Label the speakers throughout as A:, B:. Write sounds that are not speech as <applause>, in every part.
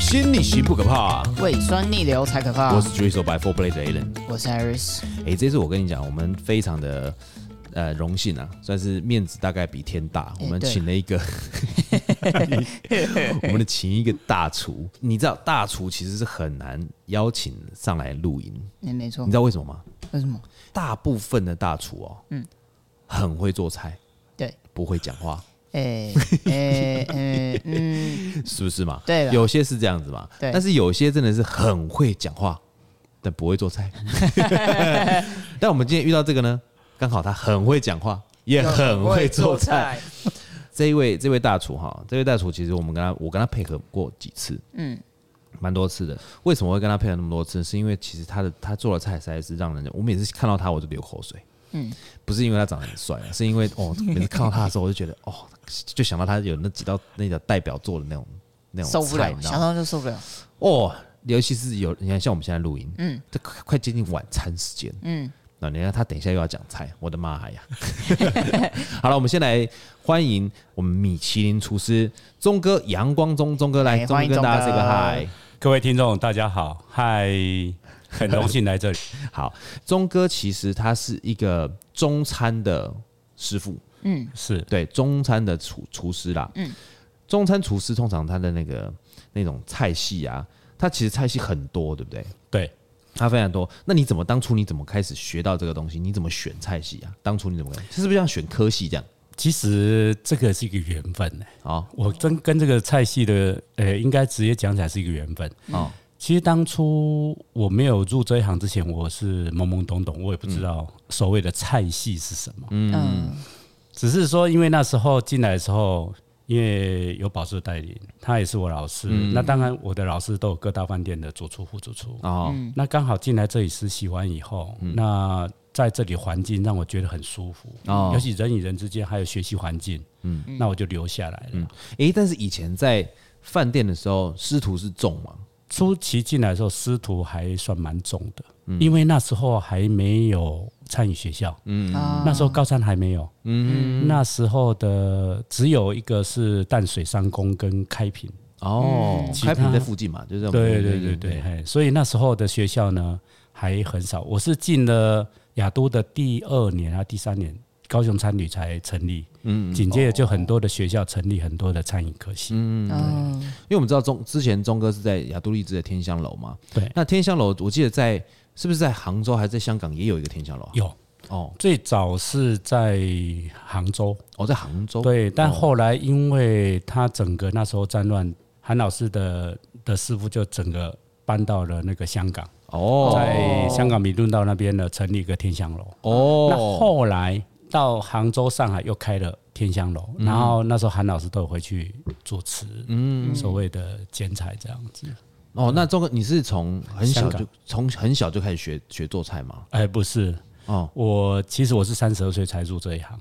A: 心理型不可怕、
B: 胃酸逆流才可怕。
A: 我是 Drizzle by Four Blade Allen。
B: 我是
A: <laughs>
B: Iris，
A: 哎、这次我跟你讲，我们非常的呃荣幸啊，算是面子大概比天大。我们
B: 对
A: 请了一个 <laughs> 我们的请一个大厨。你知道大厨其实是很难邀请上来录音，
B: 没没错
A: 你知。道为什么吗？
B: 为什么？
A: 大部分的大厨哦，嗯，很会做菜，
B: 对，
A: 不会讲话， <laughs>
B: 哎哎哎嗯，
A: 是不是嘛？
B: 对啦
A: 有些是这样子嘛，
B: 对
A: 但是有些真的是很会讲话，但不会做
B: <laughs>
A: 菜。但我们今天遇到这个呢，刚好他很会讲话，也很会做菜。。这一位这位大厨哈，这位大厨其实我们跟他我跟他配合过几次，嗯，蛮多次的。为什么会跟他配合那么多次？是因为其实他的他做的菜实在是让人，我每次看到他我就流口水。嗯，不是因为他长得很帅啊，是因为哦，每次看到他的时候，我就觉得哦，就想到他有那几道那个代表作的那种那种
B: 受不
A: 菜
B: 了，
A: 你知道
B: 想
A: 吗
B: 到就受不了。
A: 哦，尤其是有你看像我们现在录音，嗯，这快快接近晚餐时间，嗯，那你看他等一下又要讲菜，我的妈呀！ <laughs> 好了，我们先来欢迎我们米其林厨师钟哥杨光宗钟哥来，
B: 哎
A: 钟哥
B: 欢迎
A: 跟大家
B: 钟
A: say
B: 哥
A: 个嗨。
C: 各位听众，大家好，嗨，很荣幸来这里。
A: <laughs> 好，钟哥其实他是一个中餐的师傅，
C: 是
A: 对中餐的厨厨师啦，嗯，中餐厨师通常他的那个那种菜系啊，他其实菜系很多，对不对？
C: 对，
A: 他非常多。那你怎么当初你怎么开始学到这个东西？你怎么选菜系啊？当初你怎么？是不是像选科系这样？
C: 其实这个是一个缘分呢、
A: 哦
C: 我真跟这个菜系的，呃，应该直接讲起来是一个缘分。
A: 哦，
C: 其实当初我没有入这一行之前，我是懵懵懂懂，我也不知道
A: 嗯
C: 所谓的菜系是什么。
B: 嗯，
C: 只是说，因为那时候进来的时候，因为有宝叔带领，他也是我老师。
A: 嗯
C: 那当然，我的老师都有各大饭店的主厨、副主厨。
A: 哦，
C: 那刚好进来这里实习完以后，那在这里环境让我觉得很舒服，
A: 哦
C: 尤其人与人之间还有学习环境，嗯，那我就留下来了。
A: 诶，但是以前在饭店的时候，师徒是重嘛？
C: 初期进来的时候，师徒还算蛮重的，因为那时候还没有餐饮学校，
A: 嗯
B: 啊
C: 那时候高三还没有，嗯，那时候的只有一个是淡水三公跟开平，
A: 哦，
C: 嗯其
A: 开平
C: 他
A: 在附近嘛，就是我们
C: 对对对对，嘿所以那时候的学校呢还很少。我是进了雅都的第二年啊，第三年，高雄餐旅才成立。嗯，紧接着就很多的学校成立很多的餐饮科系。嗯，
B: 嗯，
A: 因为我们知道钟之前钟哥是在亚都丽兹的天香楼嘛，
C: 对，
A: 那天香楼我记得在是不是在杭州还是在香港也有一个天香楼啊？
C: 有
A: 哦
C: 最早是在杭州，哦
A: 哦，在杭州
C: 对，但后来因为他整个那时候战乱，韩老师的的师傅就整个搬到了那个香港，
A: 哦
C: 在香港弥敦道那边呢成立一个天香楼。那
A: 哦
C: 后来到杭州、上海又开了天香楼，然后那时候韩老师都有回去主持，嗯，所谓的剪彩这样子。
A: 哦，那钟哥你是从很小
C: 香
A: 就
C: 港
A: 从很小就开始学学做菜吗？
C: 哎，不是，
A: 哦，
C: 我其实我是三十二岁才入这一行，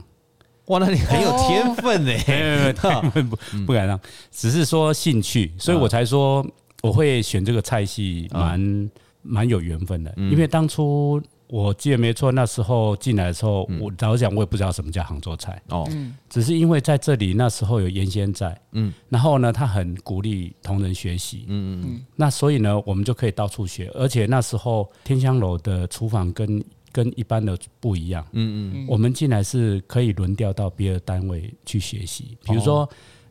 A: 哇，那你很有天分呢、
C: <laughs> 不不敢让，只是说兴趣，所以我才说我会选这个菜系，蛮蛮有缘分的，因为当初。我记得没错，那时候进来的时候，我老实讲，我也不知道什么叫杭州菜，
A: <laughs> 哦，
C: 只是因为在这里那时候有严先在，嗯，然后呢，他很鼓励同仁学习，嗯嗯嗯，那所以呢，我们就可以到处学，而且那时候天香楼的厨房跟跟一般的不一样，嗯嗯，我们进来是可以轮调到别的单位去学习，比如说，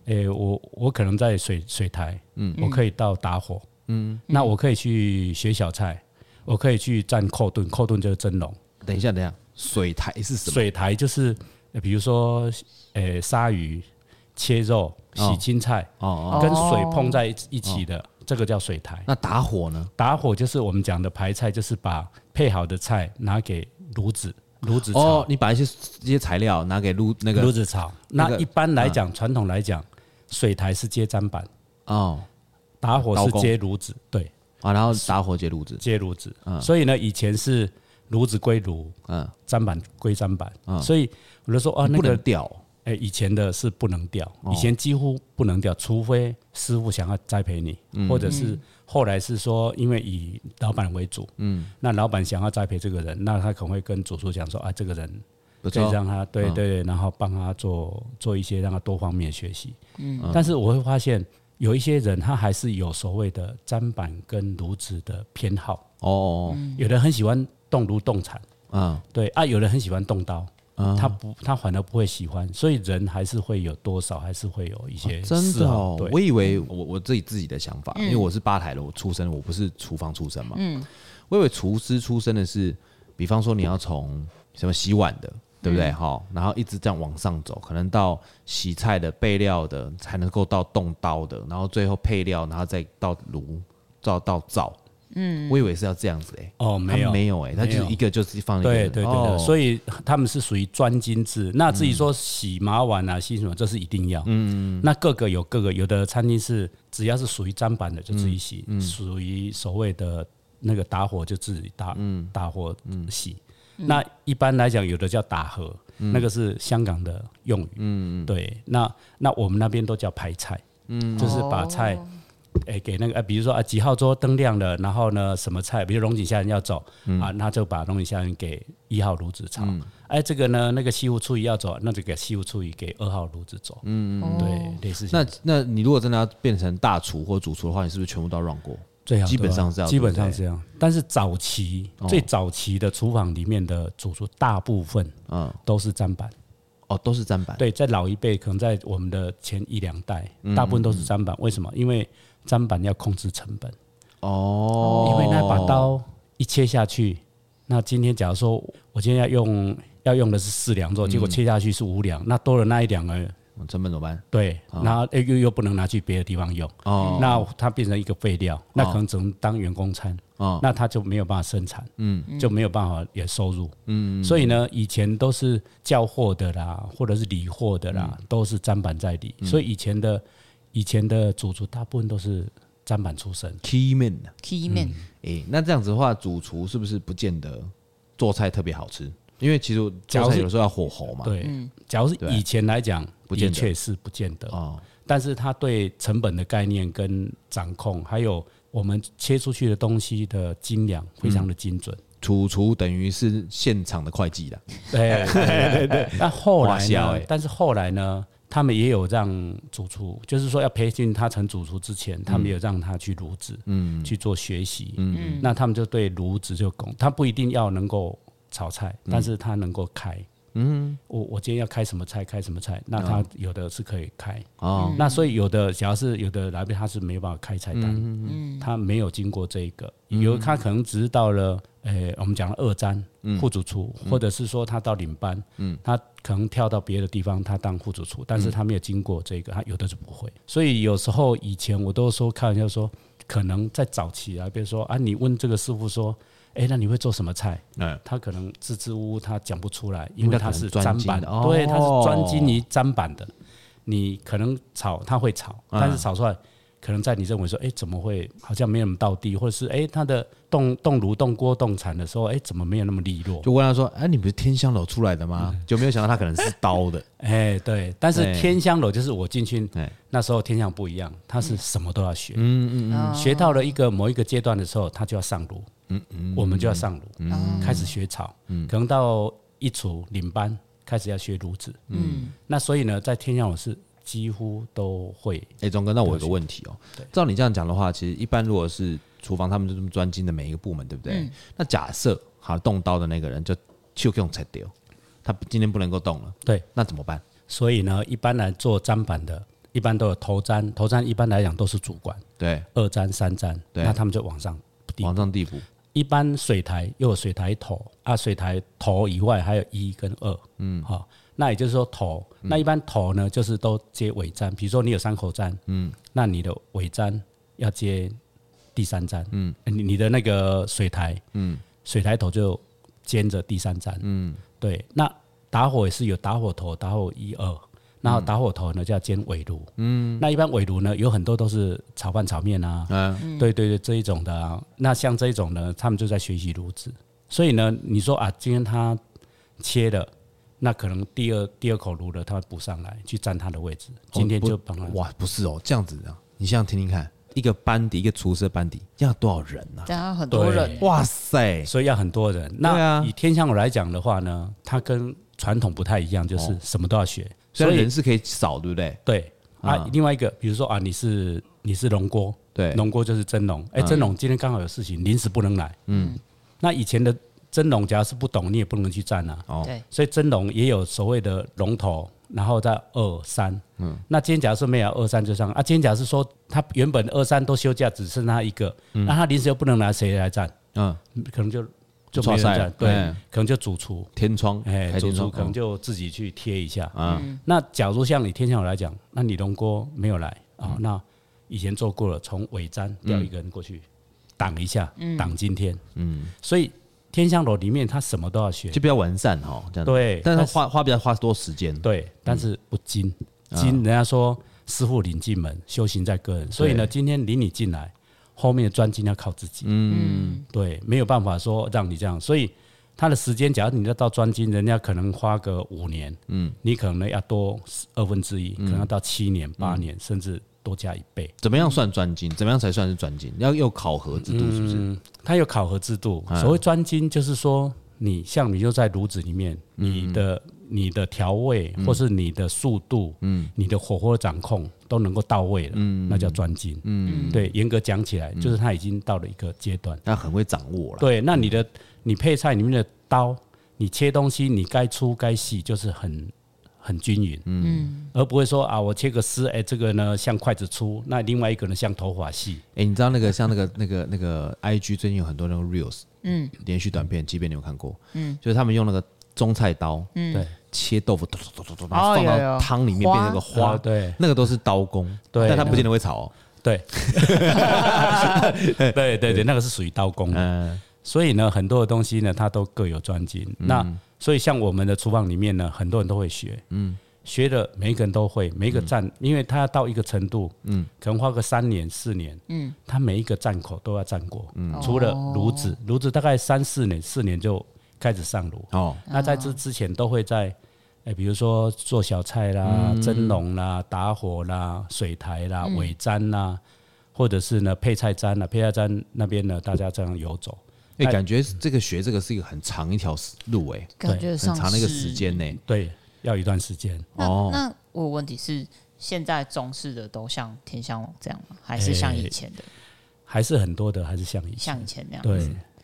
C: 诶、我我可能在水水台，哦嗯，我可以到打火，嗯，那我可以去学小菜，我可以去蘸扣炖，扣炖就是蒸笼，
A: 等一下，等一下，水台是什么？
C: 水台就是，呃比如说，呃，鲨鱼切肉、
A: 哦
C: 洗青菜，
A: 哦哦，
C: 跟水碰在一起的，这个叫水台。
A: 那打火呢？
C: 打火就是我们讲的排菜，就是把配好的菜拿给炉子，炉子炒，
A: 哦，你把一些这些材料拿给炉那
C: 炉
A: 个
C: 子炒。
A: 那
C: 那
A: 个嗯
C: 一般来讲，传统来讲，水台是接砧板，
A: 哦
C: 打火
A: 刀
C: 是
A: 工
C: 接炉子，对，
A: 啊，然后打火接炉子，
C: 接炉子。所以呢，以前是炉子归炉，
A: 嗯，
C: 砧板归砧板。所以我就说，哦，那
A: 不
C: 个
A: 能掉哦
C: 哎、以前的是不能掉，以前几乎不能掉，除非师傅想要栽培你，
A: 嗯
C: 或者是后来是说，因为以老板为主，嗯，那老板想要栽培这个人，那他可能会跟主厨讲说啊，这个人
A: 不
C: 可以
A: 错
C: 让他
A: 嗯
C: 对对对，然后帮他做做一些让他多方面学习。嗯，但是我会发现有一些人他还是有所谓的砧板跟炉子的偏好，
A: 哦
C: 有人很喜欢动炉动铲，
A: 哦，啊
C: 对啊，有人很喜欢动刀，
A: 啊，
C: 他不他反而不会喜欢，所以人还是会有多少还是会有一些
A: 真
C: 嗜
A: 的
C: 好
A: 哦，我
C: 对，嗯
A: 以为我我自己自己的想法，因为我是吧台的我出身，我不是厨房出身嘛。嗯，我以为厨师出身的是，比方说你要从什么洗碗的，对不对？哈、然后一直这样往上走，可能到洗菜的、备料的，才能够到动刀的，然后最后配料，然后再到炉，到到灶。嗯，我以为是要这样子诶、
C: 哦，没有
A: 他没有欸诶、他就
C: 没
A: 是
C: 有
A: 一个就是放一个
C: 对对对
A: 哦嗯
C: 的，所以他们是属于专精制。那至于说洗马碗啊、洗什么，这是一定要。嗯，那各个有各个，有的餐厅是只要是属于砧板的就自
A: 嗯
C: 己洗，属于所谓的那个打火就自己打，
A: 嗯
C: 打火洗。嗯那一般来讲，有的叫打荷，
A: 嗯
C: 那个是香港的用语。嗯，对。那那我们那边都叫排菜，嗯，就是把菜
B: 哦
C: 哎、给那个，呃，比如说啊，几号桌灯亮了，然后呢，什么菜，比如龙井虾仁要走、
A: 嗯
C: 啊，那就把龙井虾仁给一号炉子炒。哎、这个呢，那个西湖醋鱼要走，那就给西湖醋鱼给二号炉子走。嗯，
B: 哦
C: 对，类似像
A: 那那你如果真的要变成大厨或主厨的话，你是不是全部都要 run 过？
C: 最好
A: 基本上是这样对
C: 这样，基
A: 不
C: 本上
A: 对哦
C: 是这样。但是早期、最早期的厨房里面的主厨，大部分
A: 嗯，
C: 都是砧板。
A: 哦，都是砧板。
C: 对，在老一辈，可能在我们的前一两代，
A: 嗯
C: 大部分都是砧板。为什么？因为砧板要控制成本。
A: 哦，
C: 因为那把刀一切下去，那今天假如说我今天要用要用的是四两肉，
A: 嗯
C: 结果切下去是五两，那多了那一两个，
A: 成本怎么办？
C: 对，然后又又又不能拿去别的地方用，
A: 哦
C: 那它变成一个废料，那可能只能当员工餐，
A: 哦
C: 那它就没有办法生产，
A: 嗯
C: 就没有办法也收入，嗯，所以呢，以前都是叫货的啦，或者是理货的
A: 嗯
C: 啦，都是砧板在理，所以以前的以前的主厨大部分都是砧板出身。
A: ，key man 呢？
B: key man，
A: 诶，那这样子的话，主厨是不是不见得做菜特别好吃？因为其实
C: 假
A: 做
C: 如
A: 菜
C: 是
A: 有时候要火候嘛。，
C: 对，假如是以前来讲，
A: 不见
C: 的
A: 得
C: 确是不见得，
A: 哦，
C: 但是他对成本的概念跟掌控，还有我们切出去的东西的斤两，非常的精准。
A: 主厨等于是现场的会计啦。
C: 对对对。 <laughs> 那后
A: 花
C: 来
A: 销
C: 呢
A: 欸？
C: 但是后来呢？他们也有让主厨，就是说要培训他成主厨之前，他们也有让他去炉子，嗯，去做学习，嗯，那他们就对炉子就懂，他不一定要能够炒菜，但是他能够开，嗯，啊我我今天要开什么菜，开什么菜，那他有的是可以开，
A: 哦，
C: 那所以有的，假如是有的来宾他是没有办法开菜单，嗯
A: 嗯
C: 他没有经过这一个，有的他可能只是到了，呃，我们讲了二战
A: 嗯
C: 副主厨，或者是说他到领班，他可能跳到别的地方他当副主厨，
A: 嗯
C: 但是他没有经过这个，他有的是不会。所以有时候以前我都说开玩笑说，可能在早期啊，比如说啊，你问这个师傅说。哎，那你会做什么菜？
A: 嗯，
C: 他可能支支吾吾，他讲不出来，
A: 因
C: 因
A: 为
C: 为
A: 他
C: 他
A: 可能
C: 是
A: 专
C: 砧
A: 精
C: 板，
A: 的
C: 对，他
A: 哦
C: 是专精于砧板的。你可能炒他会炒，
A: 嗯
C: 但是炒出来可能在你认为说，哎、怎么会好像没有那么到地，或者是哎、他的动动炉、动锅、动铲的时候，哎、怎么没有那么利落？
A: 就问他说：“哎、你不是天香楼出来的吗？”就没有想到他可能是刀 <laughs> 的。
C: 哎、对。但是
A: 对
C: 天香楼就是我进去
A: 对
C: 那时候天香不一样，他是什么都要学，
A: 嗯嗯嗯，
C: 学到了一个某一个阶段的时候，他就要上炉，
A: 嗯
C: 我们就要上炉，开始学炒，可能到一厨领班开始要学炉子，嗯，那所以呢，在天香我是几乎都会，
A: 哎、钟哥，那我有个问题哦、照你这样讲的话，其实一般如果是厨房，他们就这么专精的每一个部门，对不对？那假设好动刀的那个人就就给我拆掉，他今天不能够动了，
C: 对，
A: 那怎么办？
C: 所以呢，一般来做砧板的，一般都有头砧，头砧一般来讲都是主管，
A: 对，
C: 二砧、三砧，
A: 对
C: 那他们就往上递
A: 往上地步，
C: 一般水台又有水台头啊，水台头以外还有一跟二，嗯，好、那也就是说头，
A: 嗯
C: 那一般头呢就是都接尾砧，比如说你有三口砧，嗯，那你的尾砧要接第三砧，嗯，你你的那个水台，嗯，水台头就兼着第三砧，嗯，对，那打火也是有打火头，打火一二。然后打火头呢，就要兼尾炉。嗯，那一般尾炉呢，有很多都是炒饭、炒面啊，
A: 嗯，
C: 对对对，这一种的、啊。那像这一种呢，他们就在学习炉子。所以呢，你说啊，今天他切了，那可能第二第二口炉了，他会补上来去占他的位置。今天就
A: 哦不
C: 帮他、
A: 哇，不是哦，这样子啊，你想想听听看，一个班底，一个厨师的班底要多少人呢、
B: 但他很多人，
A: 哇塞，
C: 所以要很多人。
A: 对
C: 那
A: 啊
C: 以天香楼来讲的话呢，它跟传统不太一样，就是什么都要学。
A: 虽
C: 哦所
A: 然
C: 以
A: 人是可以少，对不对？
C: 对，啊，另外一个比如说啊，你是你是龙锅，
A: 对，
C: 龙锅就是蒸笼，哎，蒸笼今天刚好有事情，临时不能来，嗯，那以前的蒸笼假如是不懂，你也不能去站啊，
A: 哦
B: 对，
C: 所以蒸笼也有所谓的龙头，然后在二三，嗯，那今天假如说没有二三就上啊，今天假如是说他原本二三都休假，只剩他一个，那他临时又不能来，谁来站？
A: 嗯，
C: 可能就就没
A: 抓
C: 人
A: 塞
C: 站，对
A: 哎，
C: 可能就主厨，
A: 天窗，
C: 哎，
A: 开
C: 主
A: 天
C: 厨
A: 窗，
C: 可能
A: 嗯
C: 就自己去贴一下。
A: 啊，
C: 那假如像你天下友来讲，那你龙锅没有来啊、
A: 嗯
C: 那以前做过了，从尾瞻调一个人过去挡一下，挡今天，嗯，所以天香楼里面他什么都要学，
A: 就比较完善哈，这样子
C: 对
A: 但是
C: 但是
A: 花花比较花多时间，
C: 对，但是不精精，人家说师傅领进门，修行在个人，所以呢，今天领你进来，后面的专精要靠自己，
B: 嗯，
C: 对，没有办法说让你这样，所以他的时间，假如你要到专精，人家可能花个五年，嗯，你可能要多二分之一，可能要到七年、八年，甚至多加一倍。
A: 怎么样算专精？怎么样才算是专精？要有考核制度是
C: 嗯
A: 不是？
C: 它有考核制度，所谓专精就是说，你像你就在炉子里面，你的你的调味或是你的速度，嗯，你的火候掌控都能够到位了，那叫专精，嗯，对，严格讲起来，就是它已经到了一个阶段。
A: 要很会掌握了。
C: 对，那你的你配菜里面的刀，你切东西，你该粗该细，就是很很均匀，嗯，而不会说啊，我切个丝，哎、这个呢像筷子粗，那另外一个呢像头发细，
A: 哎、你知道那个像那个那个那个 I G 最近有很多那种 reels，嗯，连续短片，即便你有看过，嗯，就是他们用那个中菜刀，嗯，
C: 对
A: 切豆腐，咚咚咚咚咚，然后
B: 哦
A: 放
B: 有有
A: 到汤里面变成个
C: 花
A: 花，
C: 啊对
A: 那个都是刀工，
C: 对
A: 但他不见得会炒哦，
C: <laughs> 对，对对对，那个是属于刀工的。
A: 嗯，
C: 所以呢，很多的东西呢，它都各有专精。那所以像我们的厨房里面呢，很多人都会学，嗯，学的每一个人都会，每一个站，因为他要到一个程度，嗯，可能花个三年四年，嗯，他每一个站口都要站过，嗯，除了炉子，炉子大概三四年四年就开始上炉，
A: 哦，
C: 那在
B: 啊
C: 这之前都会在，哎，比如说做小菜啦、
B: 嗯
C: 蒸笼啦、打火啦、水台啦、尾簪啦，或者是呢配菜簪啦，配菜簪那边呢，大家这样游走。
A: 哎、
C: 哎
A: 感觉这个学这个是一个很长一条路、哎，
B: 感觉
A: 很
B: 上
A: 长的一个
B: 是
A: 时。间呢、
C: 对，要一段时间。
B: 那
A: 哦
B: 那我有问题是，现在中式的都像天香网这样吗？还是像以前的，
C: 还是很多的，还是像以前
B: 像以前那样？
C: 对，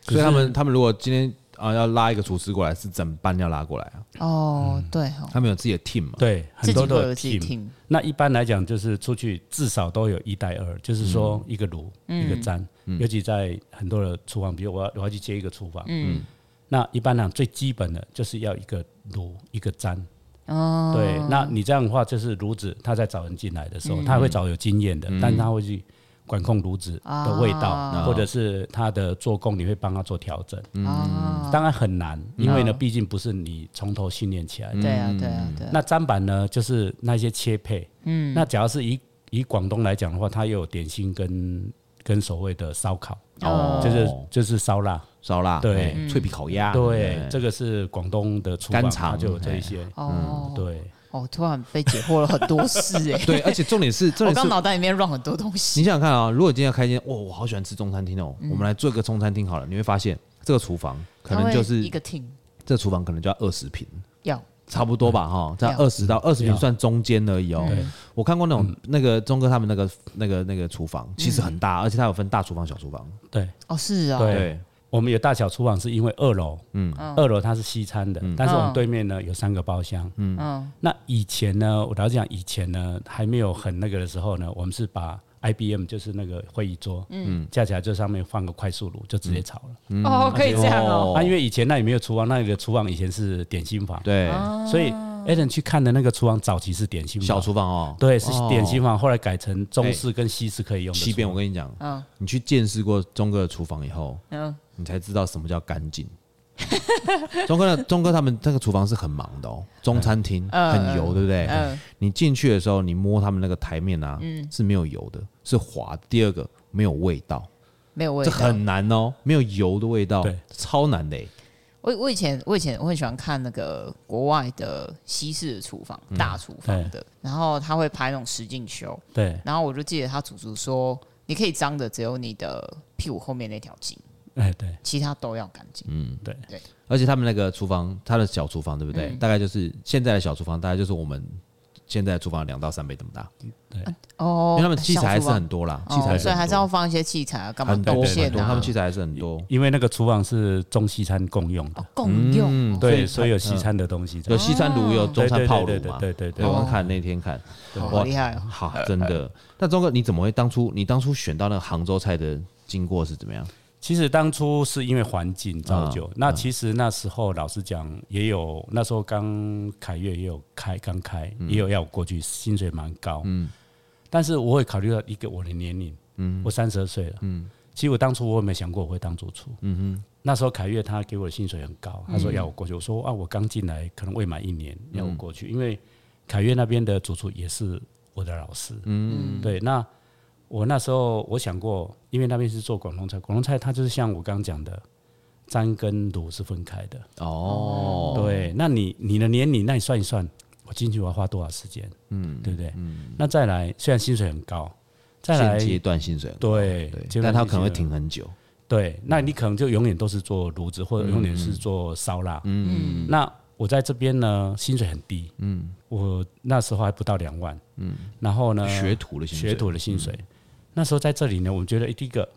A: 所以他们他们如果今天啊要拉一个厨师过来，是整班要拉过来啊，
B: 哦，对哦，
A: 他们有自己的 team 嘛，
C: 对
B: 自
C: 很
B: 己
C: 多
B: 会
C: 都
B: 有
C: 有
B: 自己
C: team。
B: team，
C: 那一般来讲，就是出去至少都有一带二，就是说一个炉、一个砧，尤其在很多的厨房，比如我要我要去接一个厨房，嗯，那一般来讲最基本的就是要一个炉一个砧。哦，对，那你这样的话，就是炉子，他在找人进来的时候，他会找有经验的，但他会去管控炉子的味道，或者是它的做工，你会帮他做调整。
B: 啊，
C: 当然很难，因为呢，毕竟不是你从头训练起来的。
A: 嗯
B: 对啊，对啊，对啊，
C: 那砧板呢，就是那些切配。嗯，那假如是以以广东来讲的话，它又有点心跟跟所谓的烧烤，
A: 哦，
C: 就是就是烧腊。
A: 烧腊，
C: 对
B: 嗯
A: 哎脆皮烤鸭，
C: 啊对
A: 哎，
C: 这个是广东的厨房，
A: 干肠，
C: 它就有这一些。
B: 哦，
C: 对，
B: 哦，突然被解惑了很多事哎
A: <laughs> 对，而且重点是，重
B: <laughs> 我
A: 点
B: 刚
A: 是，
B: 脑袋里面乱很多东西
A: 你，想想看啊，如果今天要开一间，哇，我好喜欢吃中餐厅哦，我们来做一个中餐厅好了，你会发现这个厨房可
B: 嗯它
A: 能
B: 会
A: 就是
B: 一个 team
A: 这厨房可能就要二十平，
B: 要
A: 差不多
C: 嗯
A: 吧哈，在
B: 对
A: 二十到二十平
C: 对
A: 算中间而已哦
C: 对。
A: 我看过那种那个钟哥他们那个那个那个厨房
C: 嗯
A: 其实很大，而且它有分大厨房、小厨房，
C: 对，
B: 哦，是啊，
C: 对，我们有大小厨房是因为二楼，嗯，二楼它是西餐的，但是我们对面呢有三个包厢，嗯那以前呢，我老实讲，以前呢还没有很那个的时候呢，我们是把 IBM 就是那个会议桌，嗯，架起来就上面放个快速炉就直接炒了。
B: 哦，可以这样哦，
A: 嗯哦
C: 啊，因为以前那里没有厨房，那里的厨房以前是点心房，
A: 对，
C: 所以 a l n 去看的那个厨房早期是点心房，
A: 小厨房哦，
C: 对是
A: 哦
C: 点心房，后来改成中式跟西式可以用的厨
A: 西
C: 房。
A: 边，我跟你讲，
C: 嗯
A: 你去见识过钟哥的厨房以后，你才知道什么叫干净。 <laughs> 钟哥的钟哥他们那个厨房是很忙的哦，中餐厅
C: 嗯
A: 很油，对不对？你进去的时候，你摸他们那个台面啊，
C: 嗯
A: 是没有油的，是滑的。第二个没有味道，
B: 没有味
A: 这
B: 道，
A: 很难哦，没有油的味道
C: 对，
A: 超难的欸。
B: 我我以前我以前我很喜欢看那个国外的西式的厨房、
A: 嗯
B: 大厨房的，然后他会拍那种实境秀，
C: 对，
B: 然后我就记得他祖祖说，你可以脏的只有你的屁股后面那条筋，
C: 哎对
B: 其他都要干
A: 嗯
B: 净。
C: 对，
B: 嗯
A: 而且他们那个厨房，他的小厨房，对不对？大概就是现在的小厨房，大概就是我们现在厨房两到三倍这么大，因
B: 哦，
A: 为他们器材还是
B: 像厨
A: 很多啦，器
B: 房
A: 材
B: 哦，所以还
A: 很
B: 是要放一些器材啊，
A: 多
B: 干嘛
A: 很
B: 动
A: 多
B: 线
A: 很多，
B: 啊，
A: 他们器材还是很多。
C: 因为那个厨房是中西餐共用的，
B: 哦共用
A: 嗯
B: 哦
C: 对，
A: 所以
C: 所以有西餐的东西在
A: 有。西餐炉，有中餐泡炉嘛？
C: 对对对对对对对
A: 对，我刚看那天看，
B: 哦
A: 哇
B: 好厉害哦！
A: 好，真的。那钟哥，你怎么会当初你当初选到那个杭州菜的经过是怎么样？
C: 其实当初是因为环境造就，那其实那时候老实讲，也有那时候刚凯悦也有开刚开，也有要我过去，薪水蛮高，嗯，但是我会考虑到一个我的年龄，嗯，我三十二岁了，嗯，其实我当初我也没想过我会当主厨，嗯哼，那时候凯悦他给我的薪水很高，他说要我过去，我说啊，我刚进来可能未满一年，要我过去，因为凯悦那边的主厨也是我的老师，嗯，对，那。我那时候我想过，因为那边是做广东菜，广东菜它就是像我刚刚讲的，粘跟卤是分开的。
A: 哦，
C: 对，那你你的年龄，那你算一算，我进去我要花多少时间？嗯，对不对？那再来，虽然薪水很高，再
A: 现
C: 来
A: 阶段薪水很高
C: 对
A: 对，
C: 阶
A: 但
C: 段
A: 他
C: 性
A: 可能会
C: 的
A: 停很久。
C: 对，那你可能就永远都是做炉子，或者永远是做烧腊。嗯，那我在这边呢，薪水很低。嗯，我那时候还不到两万。嗯，然后呢，
A: 学徒的薪水
C: 学徒的薪水。那时候在这里呢，我们觉得诶第一个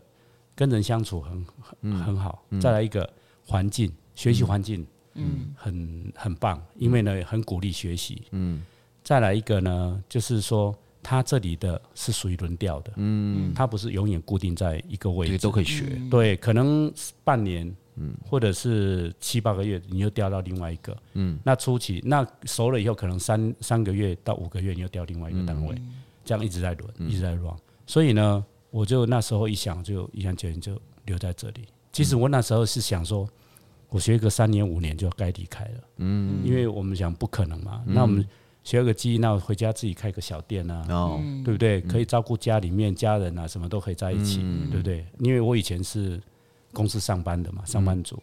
C: 跟人相处很很、很好，再来一个环境，学习环境，嗯，很很棒，因为呢很鼓励学习，嗯，再来一个呢，就是说他这里的是属于轮调的，嗯，他不是永远固定在一个位
A: 这
C: 置
A: 个，都可以学。
C: 对，可能半年，嗯，或者是七八个月，你又调到另外一个，嗯，那初期那熟了以后，可能三三个月到五个月，你又调另外一个单位，这样一直在轮，
A: 嗯
C: 一直在 run。所以呢，我就那时候一想，就一想决定就留在这里。其实我那时候是想说，我学个三年五年就该离开了，嗯，因为我们想不可能嘛，
A: 嗯
C: 那我们学个技艺，那我回家自己开个小店啊，
A: 然后
C: 对不
A: 嗯
C: 对？可以照顾家里面家人啊，什么都可以在一起，对不对？因为我以前是公司上班的
A: 嗯
C: 嘛，上班族，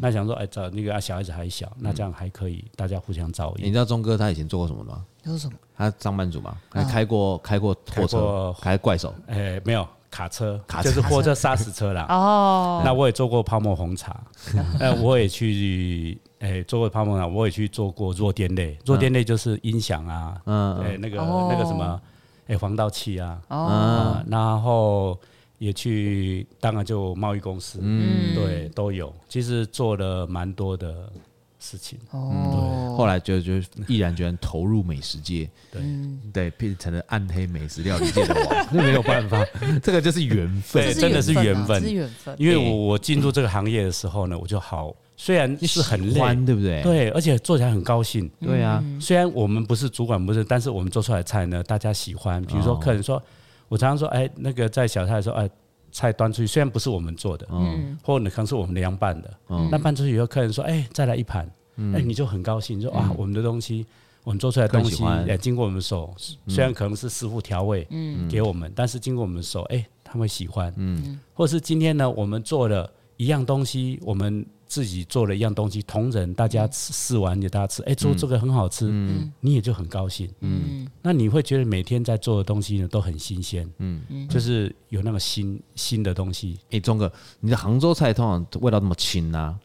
C: 那想说，哎，找那个啊，小孩子还小，那这样还可以，大家互相照
A: 你
C: 应。
A: 知道钟哥他以前做过什么吗？
B: 有什么？
A: 他上班族嘛，他开过开过货
C: 开
A: 车
C: 过，
A: 开怪手，
C: 哎，没有卡车，
A: 卡车
C: 就是货车 <laughs> 砂石车啦。
B: 哦，
C: 那我也做过泡沫红茶，
A: <laughs>
C: 哎，我也去，哎，做过泡沫红茶，我也去做过弱电类，弱电类就是音响啊，
A: 嗯
C: 哎，那个
B: 哦
C: 那个什么，哎，黄道器啊，
B: 哦，
A: 嗯，
C: 啊，然后也去，当然就贸易公司，嗯，对，都有。其实做了蛮多的事情，
B: 哦，
A: 后来就就毅然决然投入美食界，
C: 对
A: 对，变成了暗黑美食料理界的王， <laughs>
C: <laughs>
A: 那没有办法，这个就是缘分。
C: 对
B: 这
C: 真的是
B: 啊
C: 缘分
B: 这是缘分。
C: 因为我我进入这个行业的时候呢，我就好，虽然是很
A: 喜
C: 累，
A: 欢欸对不对？
C: 对，嗯而且做起来很高兴。
A: 对啊，
C: 虽然我们不是主管，不是，但是我们做出来的菜呢，大家喜欢。比如说客人说，我常常说，哎，那个在小菜的时候，哎，菜端出去，虽然不是我们做的，
B: 嗯，
C: 或者可能是我们凉拌的，那拌出去以后，客人说：“哎、再来一盘。哎、你就很高兴，就啊，我们的东西，我们做出来的东
A: 客人
C: 西
A: 喜欢
C: 也经过我们手，虽然可能是师傅调味，嗯，给我们，但是经过我们手，哎、他们喜欢，嗯，或是今天呢，我们做了一样东西，我们自己做了一样东西，同仁大家吃试完给大家吃，哎、做这个很好吃，嗯，你也就很高兴，嗯，那你会觉得每天在做的东西呢都很新鲜，嗯，就是有那个新新的东西，
A: 哎，钟哥，你的杭州菜通常味道那么轻啊，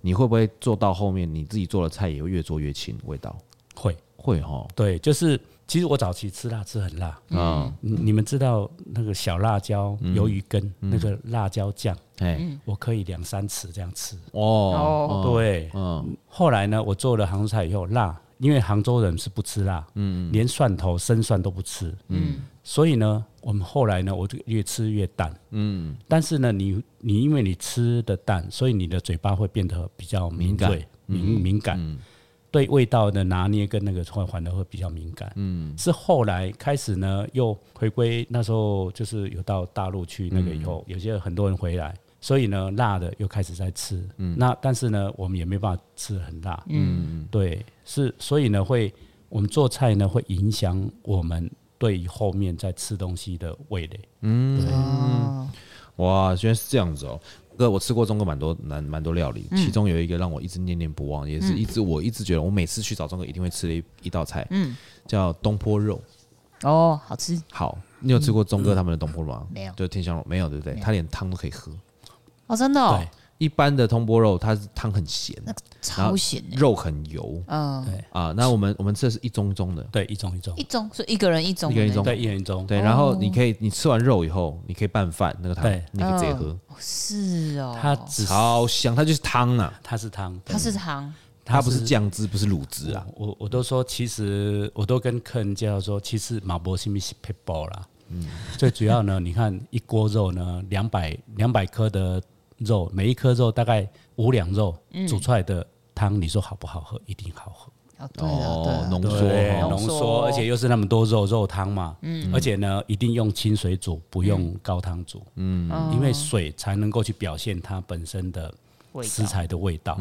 A: 你会不会做到后面你自己做的菜也会越做越轻味道？
C: 会。”
A: 会哦，
C: 对，就是其实我早期吃辣吃很辣，
A: 嗯，
C: 你你们知道那个小辣椒、鱿鱼羹、那个辣椒酱，
A: 哎，
C: 我可以两三匙这样吃。
A: 哦，哦，
C: 对，
A: 嗯，
C: 后来呢，我做了杭州菜以后，辣，因为杭州人是不吃辣，嗯，连蒜头、生蒜都不吃，嗯，所以呢，我们后来呢，我就越吃越淡，嗯，但是呢，你你因为你吃的淡，所以你的嘴巴会变得比较敏嗯
A: 敏
C: 锐、敏敏感，
A: 嗯
C: 对味道的拿捏跟那个会反而会比较敏感，嗯，是后来开始呢，又回归那时候就是有到大陆去那个
A: 嗯
C: 以后，有些很多人回来。所以呢，辣的又开始在吃，
A: 嗯
C: 那但是呢，我们也没办法吃很辣，嗯，对，是，所以呢，会我们做菜呢，会影响我们对于后面在吃东西的味蕾，嗯
B: 哦，
A: 哇，原来是这样子哦。哥，我吃过中国蛮多蛮蛮多料理，
B: 嗯
A: 其中有一个让我一直念念不忘，也是一直我一直觉得我每次去找中国一定会吃的一一道菜，嗯，叫东坡肉。
B: 哦，好吃，
A: 好，你有吃过钟哥他们的东坡肉吗？
B: 嗯没有
A: 就天香肉没有，对不对？
B: 没有
A: 他连汤都可以喝，
B: 哦，真的哦，
C: 对，
A: 一般的铜锅肉它是汤很咸，
B: 那个超咸欸，
A: 肉很油
B: 嗯，
C: 对
A: 啊。那我们我们这是一盅盅的，
C: 对，一盅一盅
B: 一，盅是一个人一
A: 一
B: 盅的那种，
A: 个人一盅
C: 对，一人一盅，
B: 哦
A: 对。然后你可以你吃完肉以后，你可以拌饭那个汤
C: 对，
A: 你可以直接喝，
B: 哦是哦，
C: 它只是
A: 超香，它就是汤啊，
C: 它是汤，
B: 它是汤，
A: 它不是酱汁，不是卤汁啊。
C: 我我都说，其实我都跟客人介绍说，其实马博西米是 p e o 啦。最主要呢，你看一锅肉呢，两百两百颗的肉，每一颗肉大概五两肉，煮出来的汤，你说好不好喝？一定好喝，
B: 哦对啊对
A: 哦
B: 啊，
A: 浓
C: 对
A: 缩
B: 浓
A: 哦，
C: 浓缩，
B: 缩
C: 而且又是那么多肉肉汤嘛，嗯，而且呢，一定用清水煮，不用高汤煮，
B: 哦
C: 嗯，因为水才能够去表现它本身的
B: 味
C: 食
B: 道哦
C: 材的味道。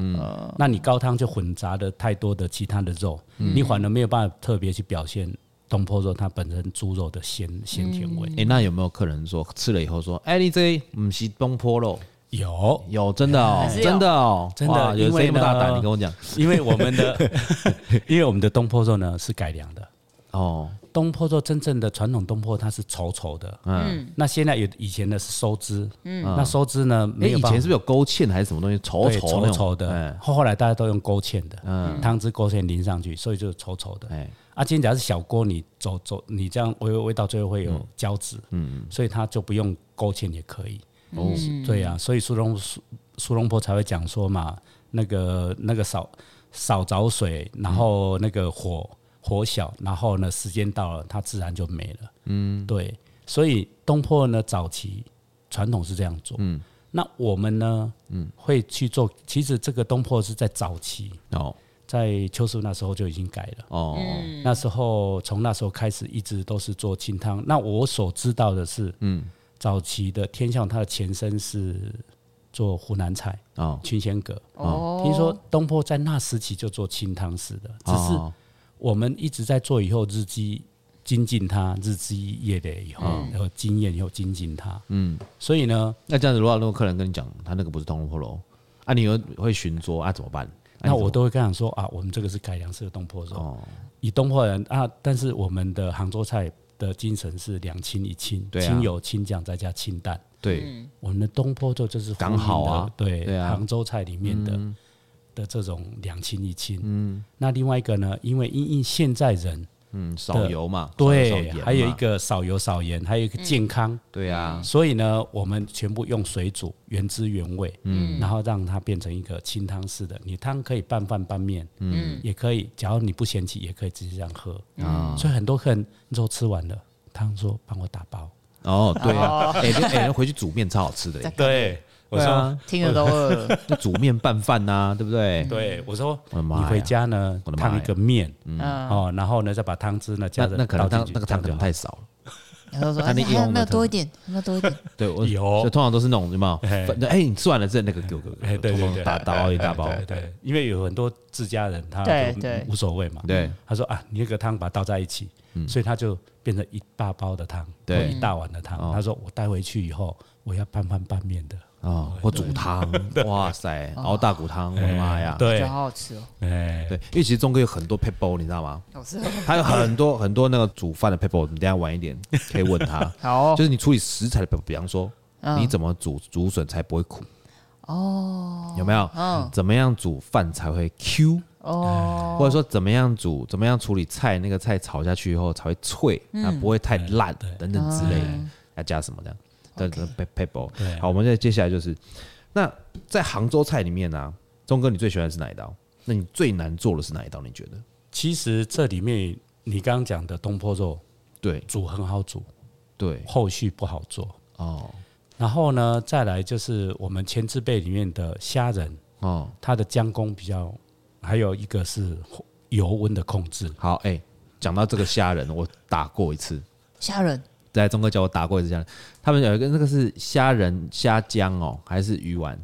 C: 那你高汤就混杂了太多的其他的肉，你反而没有办法特别去表现东坡肉它本身猪肉的鲜
B: 嗯
C: 鲜甜味。
A: 哎，那有没有客人说吃了以后说，哎，你这不是东坡肉？
C: 有，
A: 有真的哦
B: 还，是有
A: 真的哦，
C: 真的
A: 哇有
C: 因为
A: 这么大
C: 呢
A: 胆，你跟我讲
C: 因为我们的 <laughs> 因为我们的东坡肉呢是改良的。
A: 哦，
C: 东坡肉真正的传统东坡，它是稠稠的。嗯，那现在有以前的是收汁，嗯，那收汁呢
A: 哎，
C: 没有
A: 以
C: 办法
A: 前是不是有勾芡还是什么东西，稠
C: 对
A: 稠那
C: 稠
A: 种
C: 稠的
A: 哎，
C: 后后来大家都用勾芡的，汤汁勾芡淋上去，所以就是稠稠的。
A: 哎，
C: 啊，今天假如是小锅，你走走，你这样微微微到最后会有胶质，嗯，所以它就不用勾芡也可以。
A: 哦，
C: 对呀、啊，所以苏东苏苏东坡才会讲说嘛，那个那个少少找水，然后那个火火小，然后呢时间到了，它自然就没了。嗯，对，所以东坡呢早期传统是这样做。嗯，那我们呢，嗯，会去做。其实这个东坡是在早期，
A: 哦
C: 在秋收那时候就已经改了。
A: 哦，
C: 那时候从那时候开始，一直都是做清汤。那我所知道的是，嗯，早期的天象它的前身是做湖南菜
A: 哦，
C: 群仙阁。
B: 哦，
C: 嗯听说东坡在那时期就做清汤式的，只是
A: 哦
C: 我们一直在做，以后日积精进它，日积月累以后，然后经验以后精进它。嗯，所以呢，
A: 那这样子，如果那个客人跟你讲他那个不是东坡肉，啊，你又会寻桌啊，怎么办？啊
C: 哎那我都会跟他讲说啊，我们这个是改良式的东坡肉，
A: 哦
C: 以东坡人啊，但是我们的杭州菜的精神是两清一清，
A: 对啊
C: 清油、清酱再加清淡。
A: 对
C: 我们的东坡肉就是呼应的
A: 刚好啊
C: 对，
A: 对啊嗯
C: 杭州菜里面的、的这种两清一清。嗯，那另外一个呢，因为因应现在人
A: 嗯，少油嘛，少
C: 对
A: 油，
C: 还有一个少油少盐，还有一个健康，
A: 对啊，
C: 所以呢，我们全部用水煮，原汁原味，嗯，然后让它变成一个清汤式的。你汤可以拌饭拌面，嗯，也可以，假如你不嫌弃，也可以直接这样喝。
A: 嗯
C: 啊，所以很多客人肉吃完了，汤说帮我打包。
A: 哦对
C: <laughs>
A: 啊，哎就哎回去煮面超好吃的耶，
C: 对，我
A: 对啊，
B: 听着都饿
C: <laughs>
B: 了，
A: 那煮面拌饭呐，对不对？
C: 对，我说
A: 我的妈
C: 你
A: 呀
C: 回家呢
A: 我的妈呀
C: 烫一个面，
B: 嗯，
C: 哦，然后呢再把汤汁呢
A: 那
C: 加着
A: 那可能
C: 倒
A: 汤
C: 进去
A: 那个汤可
C: 这
A: 能
C: 样就好
A: 太少了。
B: 然后说
A: 他
B: 还
A: 那一
B: 有
A: 瓮
B: 没
A: 的
B: 有
A: 汤
B: 多一点？有没有多一点？
A: 对，我
C: 有
A: 所以通常都是那种什么，
C: 哎
A: 反正哎，你吃完了这那个给我给我，
C: 哎，对哎对对，
A: 打打包一大包，
C: 对对，对因为有很多自家人他
B: 对
C: 就
B: 对
C: 无所谓嘛，
A: 对，嗯
C: 他说啊，你那个汤把它倒在一起，所以他就变成一大包的汤，
A: 对哦
C: 或一大碗的汤。他说我带回去以后，我要拌饭拌面的，
A: 啊，或煮汤，哇塞，熬大骨汤，我的妈呀！
B: 觉
C: 哎对
B: 得，好好吃哦，
C: 哎，
A: 对，因为其实钟哥有很多 people，你知道吗？
B: 好
C: <laughs>
B: 吃哦，
A: 他有很多很多那个煮饭的 people，我们等一下晚一点可以问
C: <laughs>
A: 他，
B: 好哦
A: 就是你处理食材的 people，比方说
B: 嗯
A: 你怎么煮竹笋才不会苦哦，有没有？
C: 嗯
A: 怎么样煮饭才会 Q？
B: 哦，
A: 或者说怎么样煮，怎么样处理菜，那个菜炒下去以后才会脆，啊，不会
C: 哎
A: 太烂等等之类的，要加什么这样？等等 p e p e
C: 对
A: 好，我们再接下来就是，那在杭州菜里面呢、钟哥你最喜欢的是哪一道？那你最难做的是哪一道？你觉得？
C: 其实这里面你刚刚讲的东坡肉
A: 对
C: 煮很好煮，
A: 对
C: 后续不好做。
A: 哦
C: 然后呢，再来就是我们前置辈里面的虾仁，
A: 哦，
C: 它的姜工比较，还有一个是油温的控制。
A: 好哎、讲到这个虾仁，我打过一次，
B: 虾仁
A: 在钟哥教我打过一次虾仁，他们有一个那个是虾仁虾浆哦，还是鱼丸？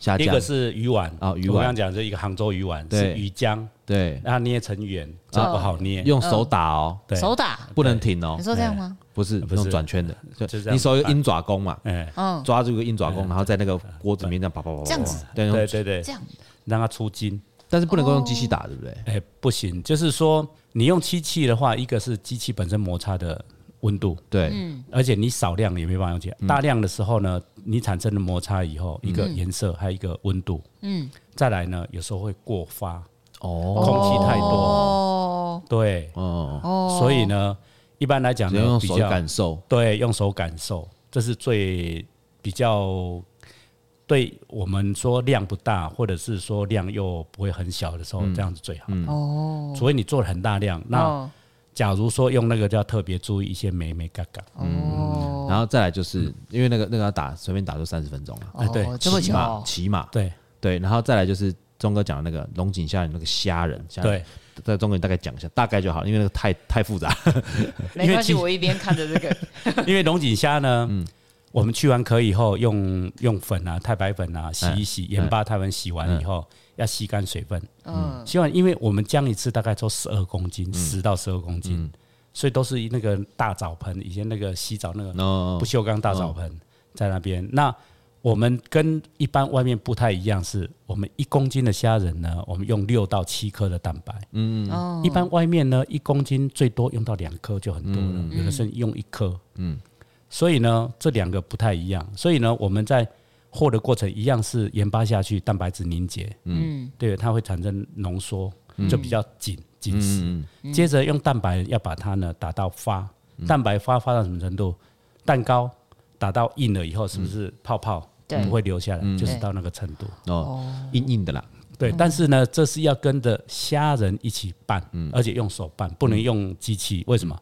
A: 虾
C: 一个
A: 浆
C: 是鱼丸
A: 哦鱼丸
C: 我刚刚讲是一个杭州鱼丸，
A: 对
C: 是鱼浆，
A: 对，
C: 它捏成圆，这不好捏，
A: 用手打哦，
C: 嗯对
B: 手打，
A: 不能停哦
B: 你。说这样吗？
A: 不是
C: 啊不
A: 那种
C: 是
A: 转圈的，
C: 就这
A: 就
C: 样啊
A: 你手有鹰爪功嘛，
C: 哎，
B: 嗯，
A: 抓住一个鹰爪功，然后在那个锅子里面这样啪啪啪啪，
B: 这样子，
A: 对
C: 对
A: 用，
C: 对对
B: 这，样
C: 让它出筋，
A: 但是不能够用机器
B: 哦
A: 打，对不对？
C: 哎，不行，就是说你用机器的话，一个是机器本身摩擦的温度，
A: 对，
B: 嗯
C: 而且你少量也没办法用起来，
A: 嗯
C: 大量的时候呢，你产生了摩擦以后，一个颜色，还有一个温度，
B: 嗯，
C: 再来呢，有时候会过发，
A: 哦，
C: 空气太多，
B: 哦
C: 对，
A: 哦，
B: 哦，
C: 所以呢，一般来讲
A: 只能
C: 呢
A: 用，
C: 比
A: 手
C: 较
A: 感受，
C: 对，用手感受，这是最比较对我们说量不大，或者是说量又不会很小的时候，这样子最好。
B: 哦，
C: 除非你做了很大量，那
B: 哦
C: 假如说用那个就要特别注意一些美美嘎嘎。
B: 哦，
A: 然后再来就是
C: 嗯
A: 因为那个那个要打随便打就三十分钟啊了，
C: 哎对
B: 哦这么
A: 起
B: 久
A: 码起码
C: 对
A: 对，然后再来就是钟哥讲的那个龙井虾仁那个虾仁，虾仁
C: 对，
A: 在钟哥你大概讲一下，大概就好，因为那个太太复杂，
B: 没关
C: 因为
B: 系，
C: 其
B: 我一边看着
C: <laughs>
B: 这个，
C: 因为龙井虾呢，我们去完壳以后，用用粉啊、太白粉啊洗一洗，盐巴、太粉洗完以后，要吸干水分。
B: 嗯，
C: 希望，因为我们姜一次大概做十二公斤，十、到十二公斤，所以都是那个大澡盆，以前那个洗澡那个
A: 哦
C: 不锈钢大澡盆在那边。那我们跟一般外面不太一样是，我们一公斤的虾仁呢，我们用六到七颗的蛋白。
B: 哦
C: 一般外面呢，一公斤最多用到两颗就很多了，
A: 嗯
C: 有的是用一颗。嗯，所以呢，这两个不太一样。所以呢，我们在和的过程一样是盐巴下去，蛋白质凝结。
B: 嗯
C: 对，它会产生浓缩，就比较紧紧实。
A: 嗯
C: 接着用蛋白要把它呢打到发，蛋白发发到什么程度？蛋糕打到硬了以后，是不
A: 嗯
C: 是泡泡
B: 对
C: 不会留下来？就是
B: 对
C: 到那个程度。
A: 哦，硬硬的啦，
C: 对，但是呢，这是要跟着虾仁一起拌，
A: 嗯
C: 而且用手拌，不能用机器。为什么？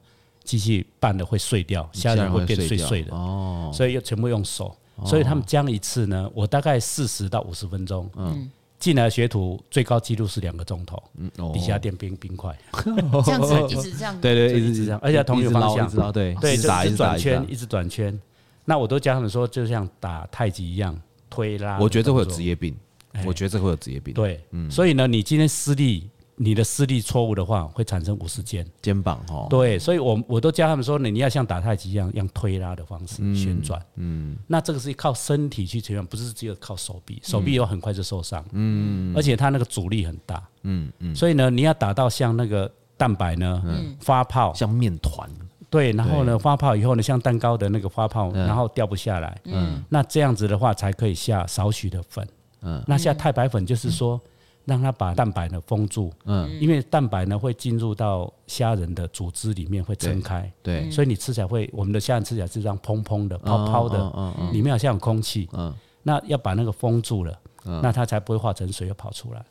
C: 机器拌的会碎掉，虾仁会变碎
A: 掉
C: 碎的，
A: 哦，
C: 所以要全部用手。所以他们将一次呢，我大概四十到五十分钟。嗯，进来的学徒最高记录是两个钟头，
A: 嗯哦
C: 底下垫冰冰块，
B: 哦
C: <laughs>
B: 这样子
A: <laughs>
B: 一直这样，
A: 对对，
C: 嗯就
A: 一
C: 一
A: 直
C: 直这样而且要同一个
A: 直捞
C: 方向嗯
A: 一直捞对
C: 对，
A: 一直
C: 就
A: 打
C: 一
A: 一直打一直
C: 直转
A: 打
C: 圈，一直转圈。那我都教他们说，就像打太极一样推拉。
A: 我觉得这会有职
C: 业。
A: 业病，我觉得这会有职业病，
C: 哎对，所以呢，你今天视力，你的视力错误的话，会产生五十肩。
A: 肩膀哦，
C: 对，所以我我都教他们说，你你要像打太极一样，用推拉的方式旋转。嗯，那这个是靠身体去旋转，不是只有靠手臂，手臂有很快就受伤。嗯，而且它那个阻力很大。嗯嗯，所以呢，你要打到像那个蛋白呢，发泡，
A: 像面团，
C: 对，然后呢，发泡以后呢，像蛋糕的那个发泡，然后掉不下来。嗯，那这样子的话，才可以下少许的粉。嗯，那下太白粉就是说，让它把蛋白呢封住。嗯，因为蛋白呢会进入到虾仁的组织里面，会撑开。
A: 对，
C: 所以你吃起来会，我们的虾仁吃起来是这样蓬蓬的、泡泡
A: 嗯
C: 的，里面好像有空气。嗯，那要把那个封住了，
A: 嗯
C: 那它才不会化成水又跑出来。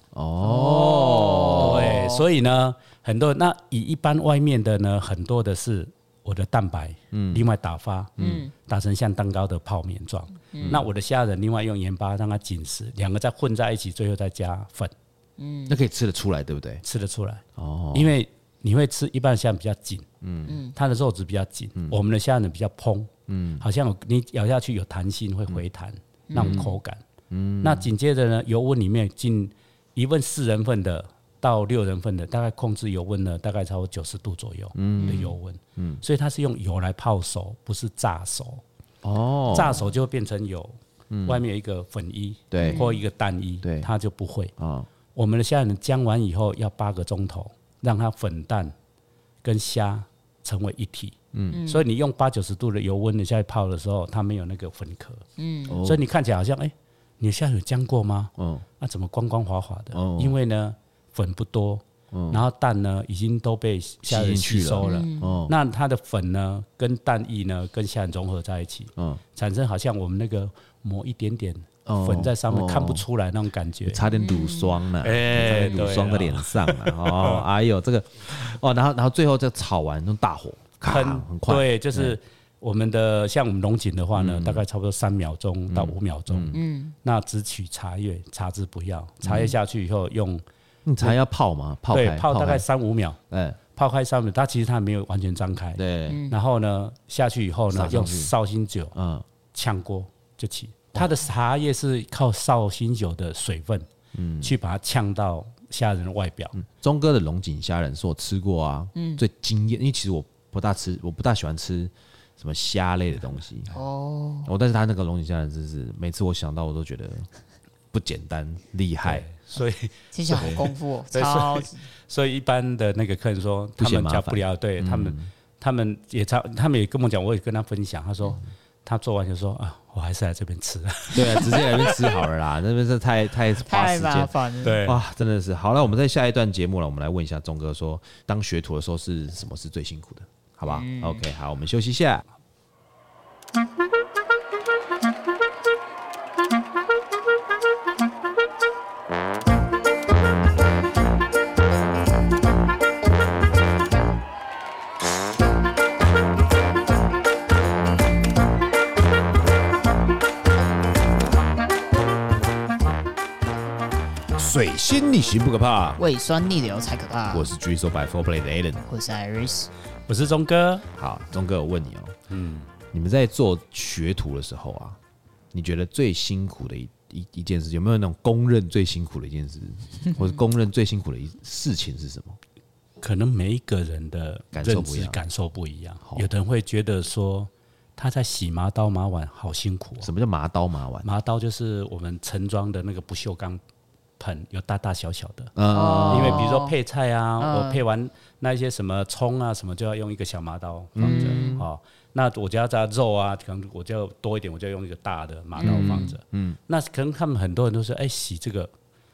A: 哦，
C: 对，所以呢，很多那以一般外面的呢，很多的是我的蛋白，嗯，另外打发，嗯，打成像蛋糕的泡面状。
A: 嗯
C: 那我的虾仁另外用盐巴让它紧实，两个再混在一起，最后再加粉，嗯
A: 那可以吃得出来，对不对？
C: 吃得出来。
A: 哦，
C: 因为你会吃一半虾比较紧，嗯，它的肉质比较紧，我们的虾仁比较蓬，嗯，好像有你咬下去有弹性，会回弹，那种口感，嗯，那紧接着呢，油温里面进一份四人份的到六人份的，大概控制油温呢，大概超过九十度左右的油温，嗯，所以它是用油来泡熟，不是炸熟，
A: 哦，
C: 炸熟就会变成油，外面有一个粉衣，
A: 对
C: 或一个蛋衣，
A: 对
C: 它就不会，
A: 啊，
C: 我们的虾仁浆完以后要八个钟头，让它粉蛋跟虾成为一体。嗯，所以你用八九十度的油温你下去泡的时候，它没有那个粉壳，
A: 哦
C: 所以你看起来好像哎、你的虾有浆过吗？
A: 嗯，
C: 那、怎么光光滑滑的？
A: 哦
C: 因为呢粉不多，然后蛋呢已经都被虾仁吸收了，
A: 哦，
C: 那它的粉呢跟蛋液呢跟虾仁融合在一起，
A: 嗯，
C: 产生好像我们那个抹一点点
A: 哦
C: 粉在上面、
A: 哦
C: 看不出来那种感觉。
A: 差点乳霜啊呢，
C: 哎
A: 乳霜在脸上啊，
C: <laughs>
A: 哦，哎呦，这个，哦，然后然后最后再炒完用大火，咔，
C: 很
A: 很快，嗯
C: 对，就是我们的像我们龙井的话呢，大概差不多三秒钟到五秒钟。嗯，那只取茶叶，茶汁不要，茶叶下去以后用
A: 你才要泡嘛，泡
C: 对
A: 开，
C: 泡大概
A: 开，
C: 三五秒，
A: 哎，
C: 泡开三秒，它其实它没有完全张开。
A: 对，
C: 然后呢，下去以后
A: 撒
C: 呢，
A: 上
C: 用
A: 去
C: 绍兴酒
A: 嗯，
C: 炝锅就起。它的茶叶是靠绍兴酒的水分，嗯，去把它呛到虾仁的外表。
A: 钟哥的龙井虾仁是我吃过啊，
B: 嗯
A: 最惊艳，因为其实我不大吃，我不大喜欢吃什么虾类的东西。
B: 哦，
A: 哦，但是他那个龙井虾仁真是，每次我想到我都觉得不简单，厉害
C: 对。，哎所以
B: 听起来好功夫哦，
C: 对
B: 超级
C: 所以一般的那个客人说，
A: 不
C: 他
A: 嫌
C: 们
A: 麻
C: 加
A: 烦嗯
C: 不了，对他们他们也差，他们也跟我讲，我也跟他分享，他说
A: 嗯
C: 他做完就说啊，我还是来这边
A: <laughs>
C: 吃。
A: 对啊，直接来这边吃好了
B: <laughs>
A: 啦，那边是太太花
B: 太
A: 时
B: 麻
A: 间。
B: 烦了。
C: 对
A: 哇，真的是好。那我们在下一段节目了，我们来问一下钟哥说，当学徒的时候是什么是最辛苦的，好不好、o
B: 嗯
A: k 好，我们休息一下。水星逆行不可怕，
B: 胃酸逆流才可怕。
A: 我是举手摆 Four Play 的 Alan。
B: 我是 Iris，
C: 我是钟哥，
A: 好，钟哥，我问你哦、
C: 嗯
A: 你们在做学徒的时候啊，你觉得最辛苦的一一一件事，有没有那种公认最辛苦的一件
C: <laughs>
A: 事，或是公认最辛苦的一事情是什么？
C: 可能每一个人的
A: 感受
C: 认
A: 不一
C: 知
A: 样
C: 感受不一样，
A: 好
C: 有的人会觉得说他在洗麻刀麻碗好辛苦、哦，
A: 什么叫麻刀麻碗？
C: 麻刀就是我们盛装的那个不锈钢盆，有大大小小的。
A: 呃，
C: 因为比如说配菜啊，
B: 嗯
C: 我配完那一些什么葱啊什么，就要用一个小麻刀放着。哦，那我家加肉啊，可能我就要多一点，我就要用一个大的麻刀放着。嗯，那可能他们很多人都说，哎、洗这个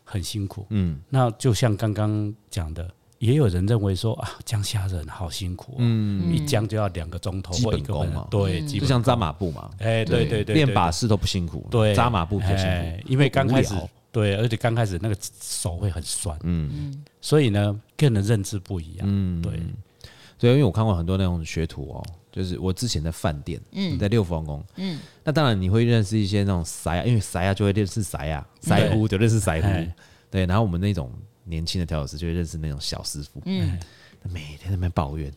C: 很辛苦。
A: 嗯
C: 嗯，那就像刚刚讲的。也有人认为说啊，江虾仁好辛苦、嗯，一江就要两个钟头
A: 基
C: 或
A: 本
C: 一个
A: 功
C: 晚上
A: 嘛嗯
C: 对，基
A: 就
C: 本
A: 像扎马步嘛，
C: 哎，对对对，
A: 练
C: 对
A: 把式都不辛苦，
C: 对
A: 扎马步比较辛
C: 哎
A: 苦，
C: 因为刚开始
A: 无聊
C: 对，而且刚开始那个手会很酸，
A: 嗯，
C: 所以呢，个人的认知不一样，嗯，对，
A: 对，因为我看过很多那种学徒哦，就是我之前在饭店，嗯，在六福王宫，嗯，那当然你会认识一些那种塞啊亚，因为塞亚就会认识塞亚，塞呼就认识塞
C: 哎
A: 呼，对，然后我们那种年轻的调酒师就会认识那种小师傅，嗯，每天在那边抱怨，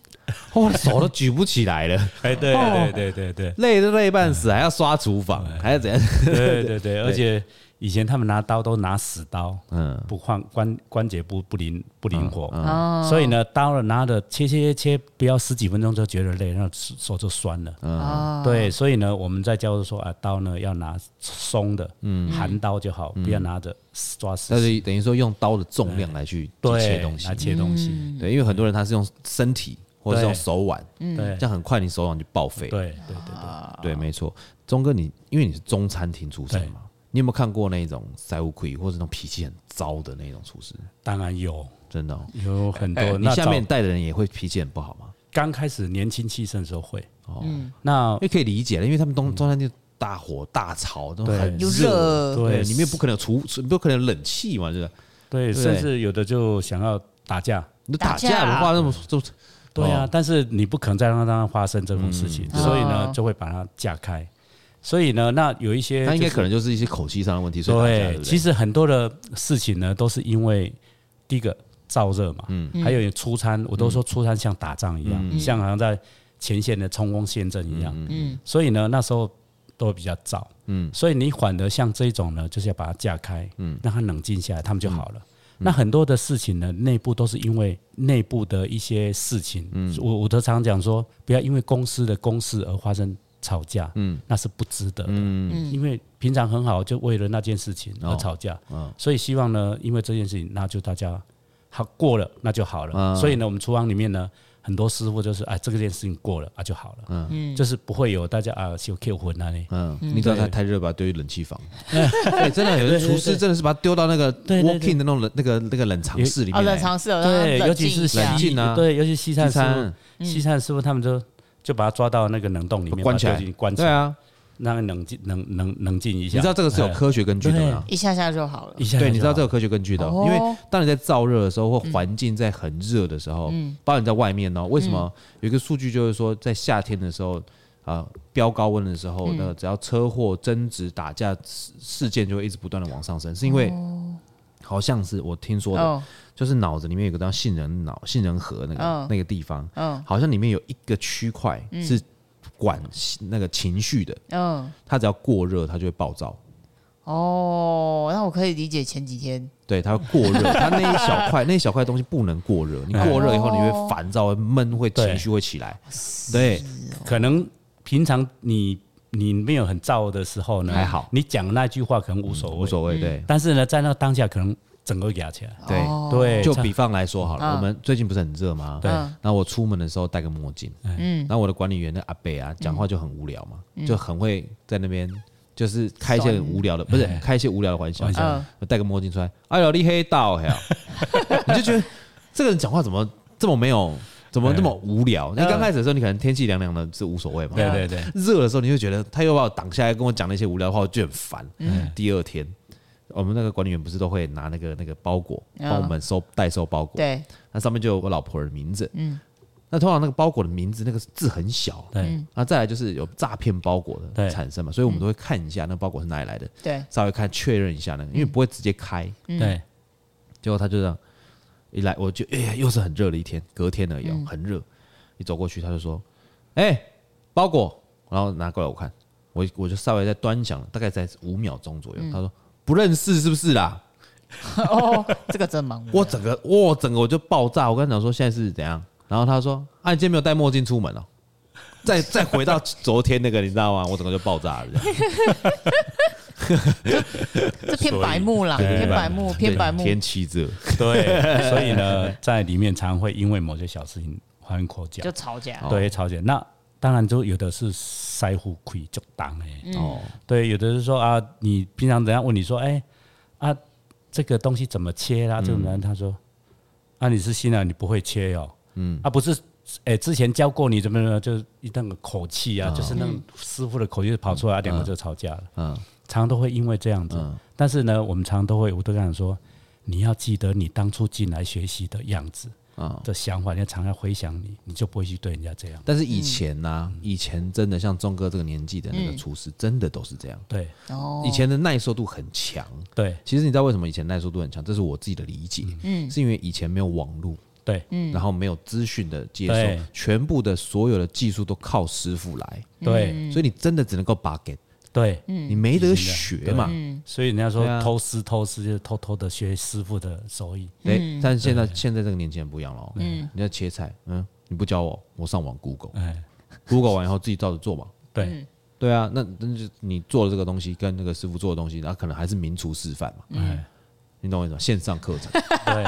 A: 哦，手都举不起来了，
C: 哎，对
A: 哦
C: 对对对对
A: 累都累半死，还要刷厨房，
C: 哎
A: 还要怎样？
C: <laughs>
A: <laughs>
C: 对对对，而且以前他们拿刀都拿死刀，
A: 嗯，
C: 不换关关节不不灵不灵活，
B: 哦
C: 所以呢，刀了拿着切切切，切，不要十几分钟就觉得累，然后手手就酸了。
B: 哦，
C: 对，所以呢，我们在教授说啊，刀呢要拿松的，嗯，含刀就好，不要拿着抓死
A: 那。就等于说用刀的重量来去去
C: 哎对，
A: 切东西
C: 拿，切东西，
A: 对，因为很多人他是用身体或者是用
C: 对
A: 手腕，
C: 对
A: 这样很快你手腕就报废
C: 对。对对对，
A: 对，没错，钟哥你，因为你是中餐厅出身嘛，你有没有看过那种塞乌奎或者那种脾气很糟的那种厨师？
C: 当然有
A: 真的、哦，
C: 有很多。
A: 你
C: 那
A: 下
C: 早
A: 面带的人也会脾气很不好吗？
C: 刚开始年轻气盛的时候会，
A: 哦，
C: 那
A: 因为可以理解了，因为他们东中餐厅大火大吵，都
C: 嗯对
A: 很
B: 又
A: 热，
B: 热，
A: 对，
C: 对
A: 里面不可能有厨，不可能有冷气嘛，就是
C: 对，
A: 对
C: 甚至有的就想要打架。
A: 你
B: 打
A: 打架
B: 架
A: 的话，那么就
C: 啊对
A: 哦，
C: 啊
A: 嗯
C: 但是你不可能再让它发生这种事情，所以呢
B: 哦，
C: 就会把它架开。所以呢，那有一些
A: 他应该
C: 就是
A: 可能就是一些口气上的问题，所以打架，对
C: 对，
A: 不对
C: 其实很多的事情呢，都是因为第一个燥热嘛，
A: 嗯
C: 还有你出餐，我都说出餐像打仗一样，像好像在前线的冲锋陷阵一样，
B: 嗯
C: 所以呢，那时候都会比较燥，嗯，所以你反而像这一种呢，就是要把它架开，嗯，让它冷静下来，他们就好了。那很多的事情呢，内部都是因为内部的一些事情，嗯，我我都常讲说，不要因为公司的公事而发生吵架，嗯，那是不值得的，嗯，因为平常很好，就为了那件事情
A: 哦
C: 而吵架，
A: 嗯
C: 所以希望呢，因为这件事情，那就大家好过了，那就好了。
A: 嗯
C: 所以呢，我们厨房里面呢，很多师傅就是哎，这个件事情过了啊就好了，嗯，就是不会有大家啊有 Q 魂啊呢，
A: 嗯，你知道他太热，把它丢去冷气
C: <laughs>
A: 房。对，真的有的厨师真的是把它丢到那个
C: 对对
A: walking 的那种冷那个那个哦冷藏室里
B: 啊，
A: 面来。
B: 冷藏室有让
C: 对，
B: 它
C: 尤
B: 冷
C: 其
B: 静一
C: 是嗯
A: 冷
B: 下
A: 静，啊
C: 对，尤其西餐
A: 西
C: 师
A: 餐
C: 傅，西餐师傅他们就就把它抓到那个冷冻里面，
A: 关起来
C: 把它丢进关起
A: 对
C: 来，
A: 啊，
C: 让它冷静冷冷冷静一
A: 你
C: 下。
A: 知道这个是有
C: 哎
A: 科学根据的吗？
B: 一下下就好了
C: 一。下就好，
A: 对，你知道这有科学根据的哦，
B: 哦
A: 因为当你在燥热的时候，或环境在很热的时候，包括你在外面哦，为什么有一个数据就是说，在夏天的时候啊，飙高温的时候，那个只要车祸、争执、打架事事件就会一直不断的往上升，是因为好像是我听说的，
B: 哦，
A: 就是脑子里面有个叫杏仁脑、杏仁核那个
B: 嗯
A: 那个地方，
B: 嗯
A: 好像里面有一个区块是管那个情绪的，
B: 嗯，
A: 它只要过热，它就会暴躁。
B: 哦，那我可以理解前几天，
A: 对，它会过热，它那一小块那一小块东西不能过热，你过热以后你会烦躁、会闷、会情绪会起来。
B: 哦
A: 对，
C: 可能平常你你没有很燥的时候呢，
A: 还好嗯
C: 你讲那句话可能无所谓，
A: 无所谓。对，
C: 但是呢，在那个当下可能整个压起来。
A: 对
B: 哦
C: 对，
A: 就
C: 这样
A: 比方来说好了，
B: 嗯
A: 我们最近不是很热吗？
C: 对
B: 嗯
A: 那我出门的时候戴个墨镜，
B: 嗯，
A: 那我的管理员那阿北啊，讲话就很无聊嘛，就很会在那边就是开一些很无聊的，不是开一些无聊的玩笑
C: 玩，笑
B: 嗯
A: 我戴个墨镜出来，哎呦，你黑道
B: <laughs>
A: 嘿哦，你就觉得这个人讲话怎么这么没有，怎么这么无聊？你刚开始的时候，你可能天气凉凉的是无所谓嘛，
C: 嗯对对对，
A: 热的时候，你就觉得他又把我挡下来，跟我讲那些无聊的话，我就很烦。第二天，我们那个管理员不是都会拿那个那个包裹
B: 嗯
A: 帮我们收代收包裹，
B: 对，
A: 那上面就有我老婆的名字，嗯，那通常那个包裹的名字那个字很小，
C: 对
A: 那再来就是有诈骗包裹的
C: 对
A: 产生嘛，所以我们都会看一下那个包裹是哪里来的，
C: <laughs>
B: 对，
A: 稍微看确认一下那个，因为不会直接开，
C: 对
A: 结果他就这样一来，我就哎呀，又是很热的一天，隔天而已、哦，
B: 嗯
A: 很热。一走过去，他就说：“哎、包裹。”然后拿过来我看，我我就稍微再端详，大概在五秒钟左右。
B: 嗯
A: 他说：“不认识是不是啦
B: 哦，这个真忙？”，
A: 我整个我整个我就爆炸。我跟他讲说现在是怎样，然后他说：“啊，你今天没有戴墨镜出门哦。” <laughs> 再再回到昨天那个，你知道吗？我整个就爆炸了。这
B: <laughs>
A: 样
B: 这偏白目啦，
C: 所以对
B: 偏白目，偏白目
A: 对，天气热，
C: 对，所以呢，在里面常会因为某些小事情花言口角
B: 就，吵架，
C: 对，吵架。那当然就有的是塞乎亏就当哎，
B: 嗯
A: 哦，
C: 对，有的是说啊，你平常人家问你说，哎、啊，这个东西怎么切
A: 嗯
C: 啦、这种人他说，啊，你是新人，你不会切哦，嗯，啊，不是，哎、之前教过你怎么怎么样，就是一那个口气啊，就是那种师傅的口气就跑出来，啊，两个就吵架了，
A: 嗯
C: 常常都会因为这样子。
A: 嗯
C: 但是呢，我们常常都会，我都这样说，你要记得你当初进来学习的样子
A: 啊。
C: 的想法，你要常常回想你，你就不会去对人家这样。
A: 但是
B: 嗯
A: 以前呢、以前真的像钟哥这个年纪的那个厨师，真的都是这样。
C: 对
B: 哦，
A: 以前的耐受度很强。
C: 对
A: 其实你知道为什么以前耐受度很强？这是我自己的理解，嗯，是因为以前没有网络，
C: 对
B: 嗯
A: 然后没有资讯的接
C: 对
A: 受，全部的所有的技术都靠师傅来，
C: 对
B: 嗯
A: 所以你真的只能够 bug，
C: 对，
A: 你没得学嘛。
B: 嗯
C: 所以人家说
A: 对啊
C: 偷师偷师就是偷偷的学师傅的手艺。
A: 对，
B: 嗯
A: 但是现在现在这个年轻人不一样了，嗯，你要切菜，嗯，你不教我，我上网 <laughs> Google，Google
C: 哎，
A: 完以后自己照着做嘛。
B: 嗯
C: 对
A: 对啊，那那就你做的这个东西跟那个师傅做的东西，然后可能还是名厨示范嘛，
C: 哎
A: 你懂我意思吗？线上课程 <laughs>
B: <laughs>
C: 对，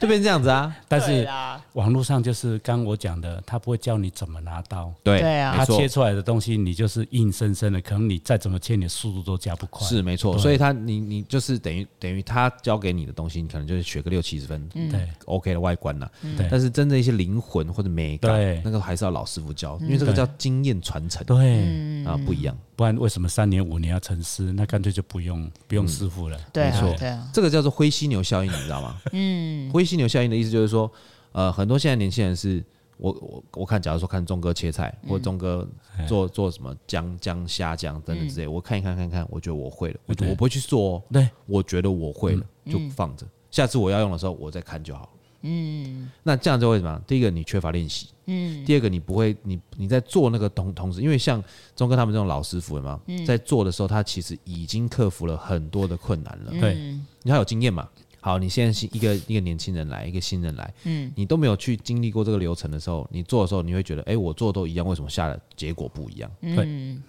A: 就变成这样子啊，
C: 但
B: 对
C: 是
B: 啦，
C: 网络上就是刚我讲的，他不会教你怎么拿刀，
A: 对
B: 对啊
A: 没
C: 他
A: 错
C: 切出来的东西你就是硬生生的，可能你再怎么切，你的速度都加不快。
A: 是没错，所以他你你就是等于等于他教给你的东西，你可能就是学个六七十分，
C: 对
A: OK 的外观啦，
B: 嗯
C: 对
A: 但是真的一些灵魂或者美感
C: 对，
A: 那个还是要老师傅教，因为这个叫经验传承
C: 对，
A: 啊，不一样。
C: 不然为什么三年五年要成师？那干脆就不用不用师傅了。
B: 对
A: 没
B: 啊
A: 错，
B: 对啊，
A: 这个叫做灰犀牛效应，你知道吗？ <laughs> 嗯，灰犀牛效应的意思就是说，呃，很多现在年轻人是。我我我看，假如说看钟哥切菜，或钟哥
C: 哎
A: 做做什么姜姜虾酱等等之类，我看一看看看，我觉得我会了，我
C: 对
A: 我不会去做、哦，
C: 对
A: 我觉得我会了，就放着，下次我要用的时候我再看就好嗯，那这样就会怎么样？第一个，你缺乏练习；嗯，第二个，你不会，你你在做那个同同时，因为像钟哥他们这种老师傅嘛，在做的时候，他其实已经克服了很多的困难了。
B: 嗯
C: 对
A: 你要有经验嘛。好，你现在是一个一个年轻人来，一个新人来，嗯，你都没有去经历过这个流程的时候，你做的时候，你会觉得，哎、我做的都一样，为什么下的结果不一样？
C: 对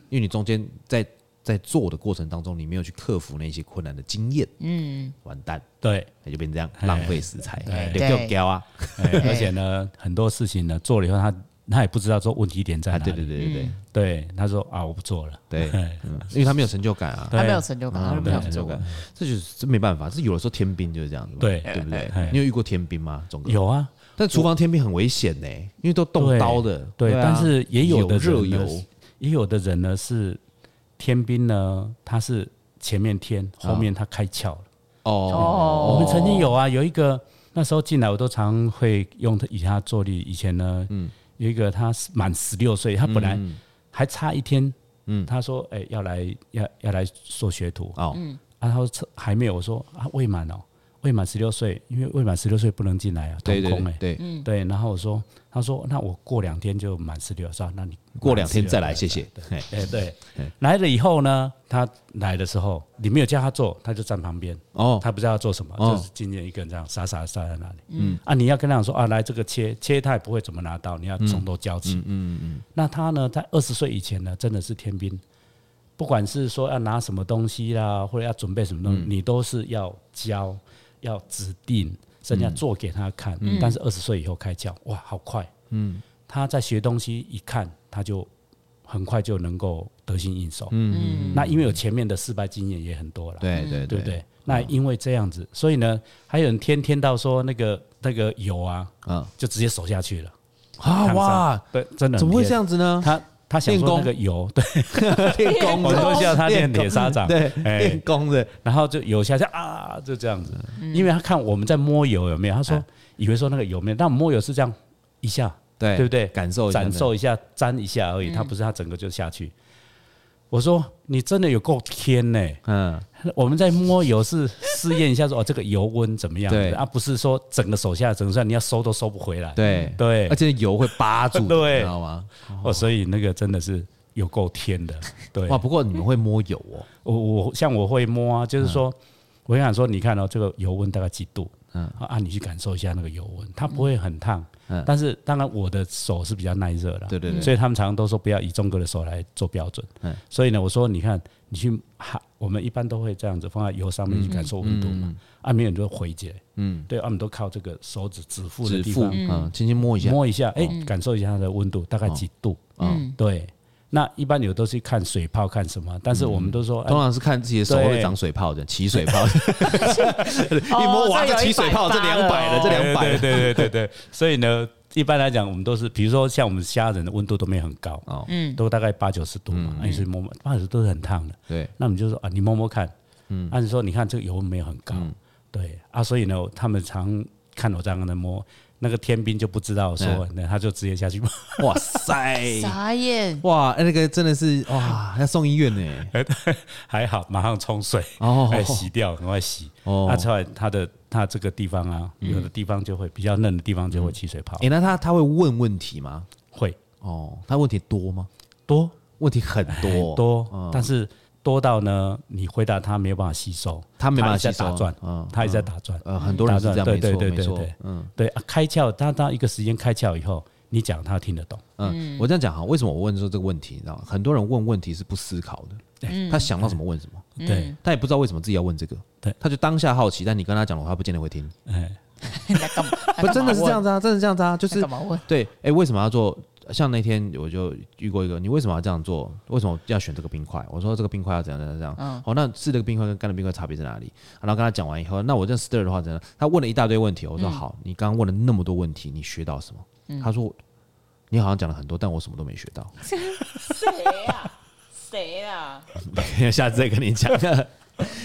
A: 因为你中间在在做的过程当中，你没有去克服那些困难的经验，嗯，完蛋，
C: 对，
A: 那就变这样，
C: 哎
A: 浪费食材，
C: 对
A: 你给我叼啊！
C: 哎而且呢，很多事情呢做了以后，他他也不知道说问题点在
A: 啊，
C: 哪里。
A: 对对对对
C: 对，他说啊，我不做了。
A: 对对，
C: 哎
A: 嗯因为他没有成就感 <laughs> 啊，
B: 他没有成就感，他
A: 啊
B: 就
A: 没
B: 不
A: 有
B: 想
A: 成就
B: 做
A: 感，，这就是这没办法，这有的时候天兵就是这样子嘛，
C: 对
A: 对不对
C: 哎？
A: 你有遇过天兵吗？总哥
C: 有啊，
A: 但厨房天兵很危险呢，因为都动刀的。
C: 对，
A: 啊
C: 但是也有的
A: 热
C: 人呢
A: 油，
C: 也有的人呢是天兵呢，他是前面天，后面他开窍了。
A: 啊哦，
C: 我们曾经有啊，有一个那时候进来，我都常会用他以他做例。以前呢，
A: 嗯
C: 有一个他是满十六岁，他本来还差一天，
A: 嗯
C: 他说哎、要来要要来做学徒，
A: 哦，
C: 啊，他说这还没有，我说啊未满哦，未满十六岁，因为未满十六岁不能进来啊，
A: 对
C: 童
A: 对
C: 工哎、
A: 对对，
C: 对，然后我说，他说那我过两天就满十六，是吧？那你
A: 过两天再来，
C: 满16
A: 谢谢。嘿
C: 哎、对，来了以后呢，他来的时候，你没有叫他做，他就站旁边，
A: 哦，
C: 他不知道做什么，
A: 哦
C: 就是今天一个人这样傻傻地站在那里。嗯啊，你要跟他讲说啊，来这个切切，他也不会怎么拿刀，你要从头教起。嗯嗯那他呢，在二十岁以前呢，真的是天兵，嗯不管是说要拿什么东西啦，或者要准备什么东西，你都是要教。要指定人家做给他看，但是二十岁以后开窍，哇，好快，嗯，他在学东西一看，他就很快就能够得心应手，嗯，那因为有前面的失败经验也很多了，
A: 对哦对嗯
C: 对不对？那因为这样子，所以呢，还有人天天到说那个那个油啊，
A: 啊
C: 就直接手下去了，
A: 啊
C: 烫伤
A: 哇，
C: 对，真的很
A: 怎么会
C: 贴
A: 这样子呢？
C: 他他想
A: 练
C: 说
A: 功
C: 那个油，对，
A: 练功
C: 我
A: 的，
C: 都叫他练铁砂掌，
A: 对，
C: 哎
A: 练功的，
C: 然后就油下去啊，就这样子，因为他看我们在摸油有没有，他说
A: 哎
C: 以为说那个油没有，但我们摸油是这样一下，
A: 对
C: 对不对
A: 感受一下
C: 感受一下，沾一下而已，他不是他整个就下去。我说你真的有够天呢、
A: 嗯，
C: 我们在摸油是试验一下说哦这个油温怎么样，
A: 对
C: 啊不是说整个手下整个手下你要收都收不回来，
A: 对
C: 对
A: 而且油会扒住，
C: 对
A: 你知道吗？
C: 哦所以那个真的是有够天的，对
A: 哇，，不过你们会摸油哦，
C: 我我像我会摸
A: 嗯
C: 啊，就是说，我想说，你看哦，这个油温大概几度？
A: 嗯
C: 嗯啊，你去感受一下那个油温，它不会很烫，
A: 嗯
C: 但是当然我的手是比较耐热的，
A: 对对对
C: 所以他们常常都说不要以中国的手来做标准，
A: 嗯
C: 所以呢，我说你看你去哈，我们一般都会这样子放在油上面去感受温度
A: 嗯
C: 嘛，啊，没有你就回解，嗯，对，啊，我们都靠这个手指指腹的
A: 指
C: 地
A: 腹，哦
C: 方
A: 嗯，轻轻摸一下，
C: 摸一下，哎、感受一下它的温度大概几度，
A: 嗯，
C: 对。那一般有都是看水泡看什么，但是我们都说，哎
A: 通常是看自己的手会长水泡的，起水
C: <laughs>
A: 泡，一
C: 哦
A: 摸哇，
B: 这
A: 这
B: 有
A: 起水泡，这
B: 180
A: 两百了，这两百
C: 对对对对对。所以呢，一般来讲，我们都是，比如说像我们虾仁的温度都没有很高，
A: 哦，
B: 嗯，
C: 都大概八九十度
A: 嗯
C: 嘛，那你去摸摸，八九十度是很烫的。
A: 对，
C: 那我们就说啊，你摸摸看，嗯，按说你看这个油温没有很高，
A: 嗯
C: 对啊，所以呢，他们常看我这样的摸，那个天兵就不知道
A: 嗯
C: 说，那他就直接下去摸，
A: 哇塞，
B: 傻眼，
A: 哇，哎那个真的是哇，要送医院呢，
C: <laughs> 还好马上冲水，
A: 哎哦
C: 哎，洗掉，很快洗。啊
A: 哦嗯
C: 那出来它的它这个地方啊，有的地方就会比较嫩的地方就会起水泡，
A: 哎，那他他会问问题吗？
C: 会
A: 哦，他问题多吗？
C: 多
A: 问题很多，
C: 多，但是多到呢，你回答他没有办法吸收，
A: 他没办法
C: 一直在
A: 吸收
C: 打转
A: 嗯，
C: 他也在打转，
A: 呃，很多人是这样，
C: 打
A: 没
C: 转对
A: 错，
C: 对
A: 没
C: 对对
A: 错
C: 对，，
A: 嗯
C: 对啊，开窍，他到一个时间开窍以后，你讲他听得懂，
A: 嗯，我这样讲哈，为什么我问说这个问题？你知道吗？很多人问问题是不思考的，他想到什么问什么，
B: 嗯
C: 对，
A: 他也不知道为什么自己要问这个，
C: 对
A: 他就当下好奇，但你跟他讲的话，他不见得会听，
C: 哎，
B: 你在干嘛？
A: 不真的是这样
B: 子，
A: 子啊，真的是这样子啊，就
B: 在
A: 是
B: 干嘛问？
A: 对，哎，为什么要做？像那天我就遇过一个，你为什么要这样做？为什么要选这个冰块？我说这个冰块要怎样怎样怎样。
B: 嗯
A: 哦，那是这个冰块跟干的冰块差别在哪里？啊然后跟他讲完以后，那我这样 stir 的话怎样？他问了一大堆问题，
B: 嗯
A: 我说好，你刚刚问了那么多问题，你学到什么？他说你好像讲了很多，但我什么都没学到。
B: 谁呀？谁啊
A: <laughs>
B: 呀？
A: 下次再跟你
C: <laughs>
A: 讲。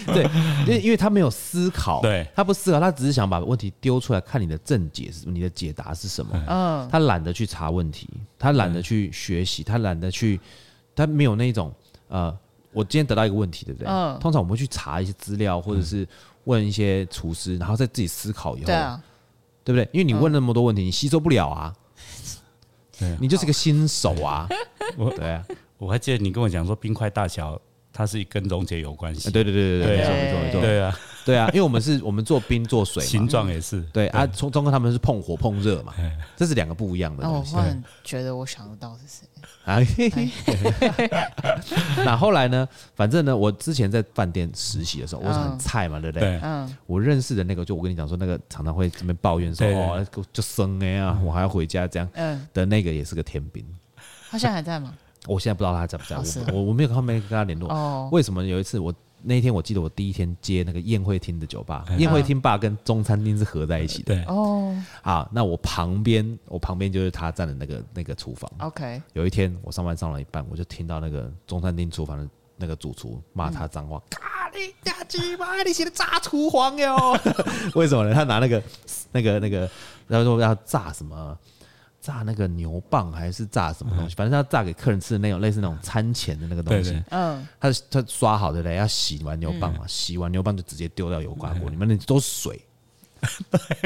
A: 对，因为因为他没有思考，
C: 对
A: 他不思考，他只是想把问题丢出来，看你的正解是什么，你的解答是什么。
B: 嗯，
A: 他懒得去查问题，他懒得去学习，他懒得
C: 嗯
A: 去，他没有那种呃，我今天得到一个问题，对不对？
B: 嗯
A: 通常我们会去查一些资料，或者是问一些厨师，然后再自己思考以后，
B: 对啊，
A: 对不对？因为你问那么多问题，你吸收不了啊，
C: 对啊
A: 你就是个新手
C: <laughs>
A: 啊，
C: 我
A: 对啊，
C: 我还记得你跟我讲说冰块大小，它是跟溶解有关系，
A: 对对对对对，
C: 对
A: 没
C: 啊
A: 错没错没错，
C: 对啊，
A: 对啊，因为我们是我们做冰做水嘛
C: 形状也是，
A: 对啊，中中国他们是碰火碰热嘛，这是两个不一样的
B: 那我
A: 东西
B: 忽然觉得我想得到是谁，
A: 啊。嘿嘿 <laughs> 那后来呢？反正呢，我之前在饭店实习的时候，我是很菜嘛，对不对？
C: 对
B: 嗯，
A: 我认识的那个，就我跟你讲说，那个常常会这边抱怨说，
C: 对对
A: 哦，就生哎呀，我还要回家这样
B: 嗯，
A: 的那个也是个天兵。
B: 他现在还在 <laughs> 吗？
A: 我现在不知道他在不在，
B: 哦是啊
A: 我我我没有跟他没跟他联络。
B: 哦，
A: 为什么有一次我那一天我记得我第一天接那个宴会厅的酒吧，宴会厅吧跟中餐厅是合在一起的
C: 对，
B: 哦
A: 啊。那我旁边我旁边就是他站的那个那个厨房，
B: ，OK，
A: 有一天我上班上了一半，我就听到那个中餐厅厨房的那个主厨骂他脏话，嗯咖喱大鸡巴，你写的炸厨房哟！ <laughs> 为什么呢？他拿那个那个那个，然后说要炸什么？炸那个牛蒡还是炸什么东西？反正要炸给客人吃的那种类似那种餐前的那个东西
C: 对对。
B: 嗯，
A: 他他刷好对不对？要洗完牛蒡嘛，洗完牛蒡就直接丢到油刮锅里面，那都是水，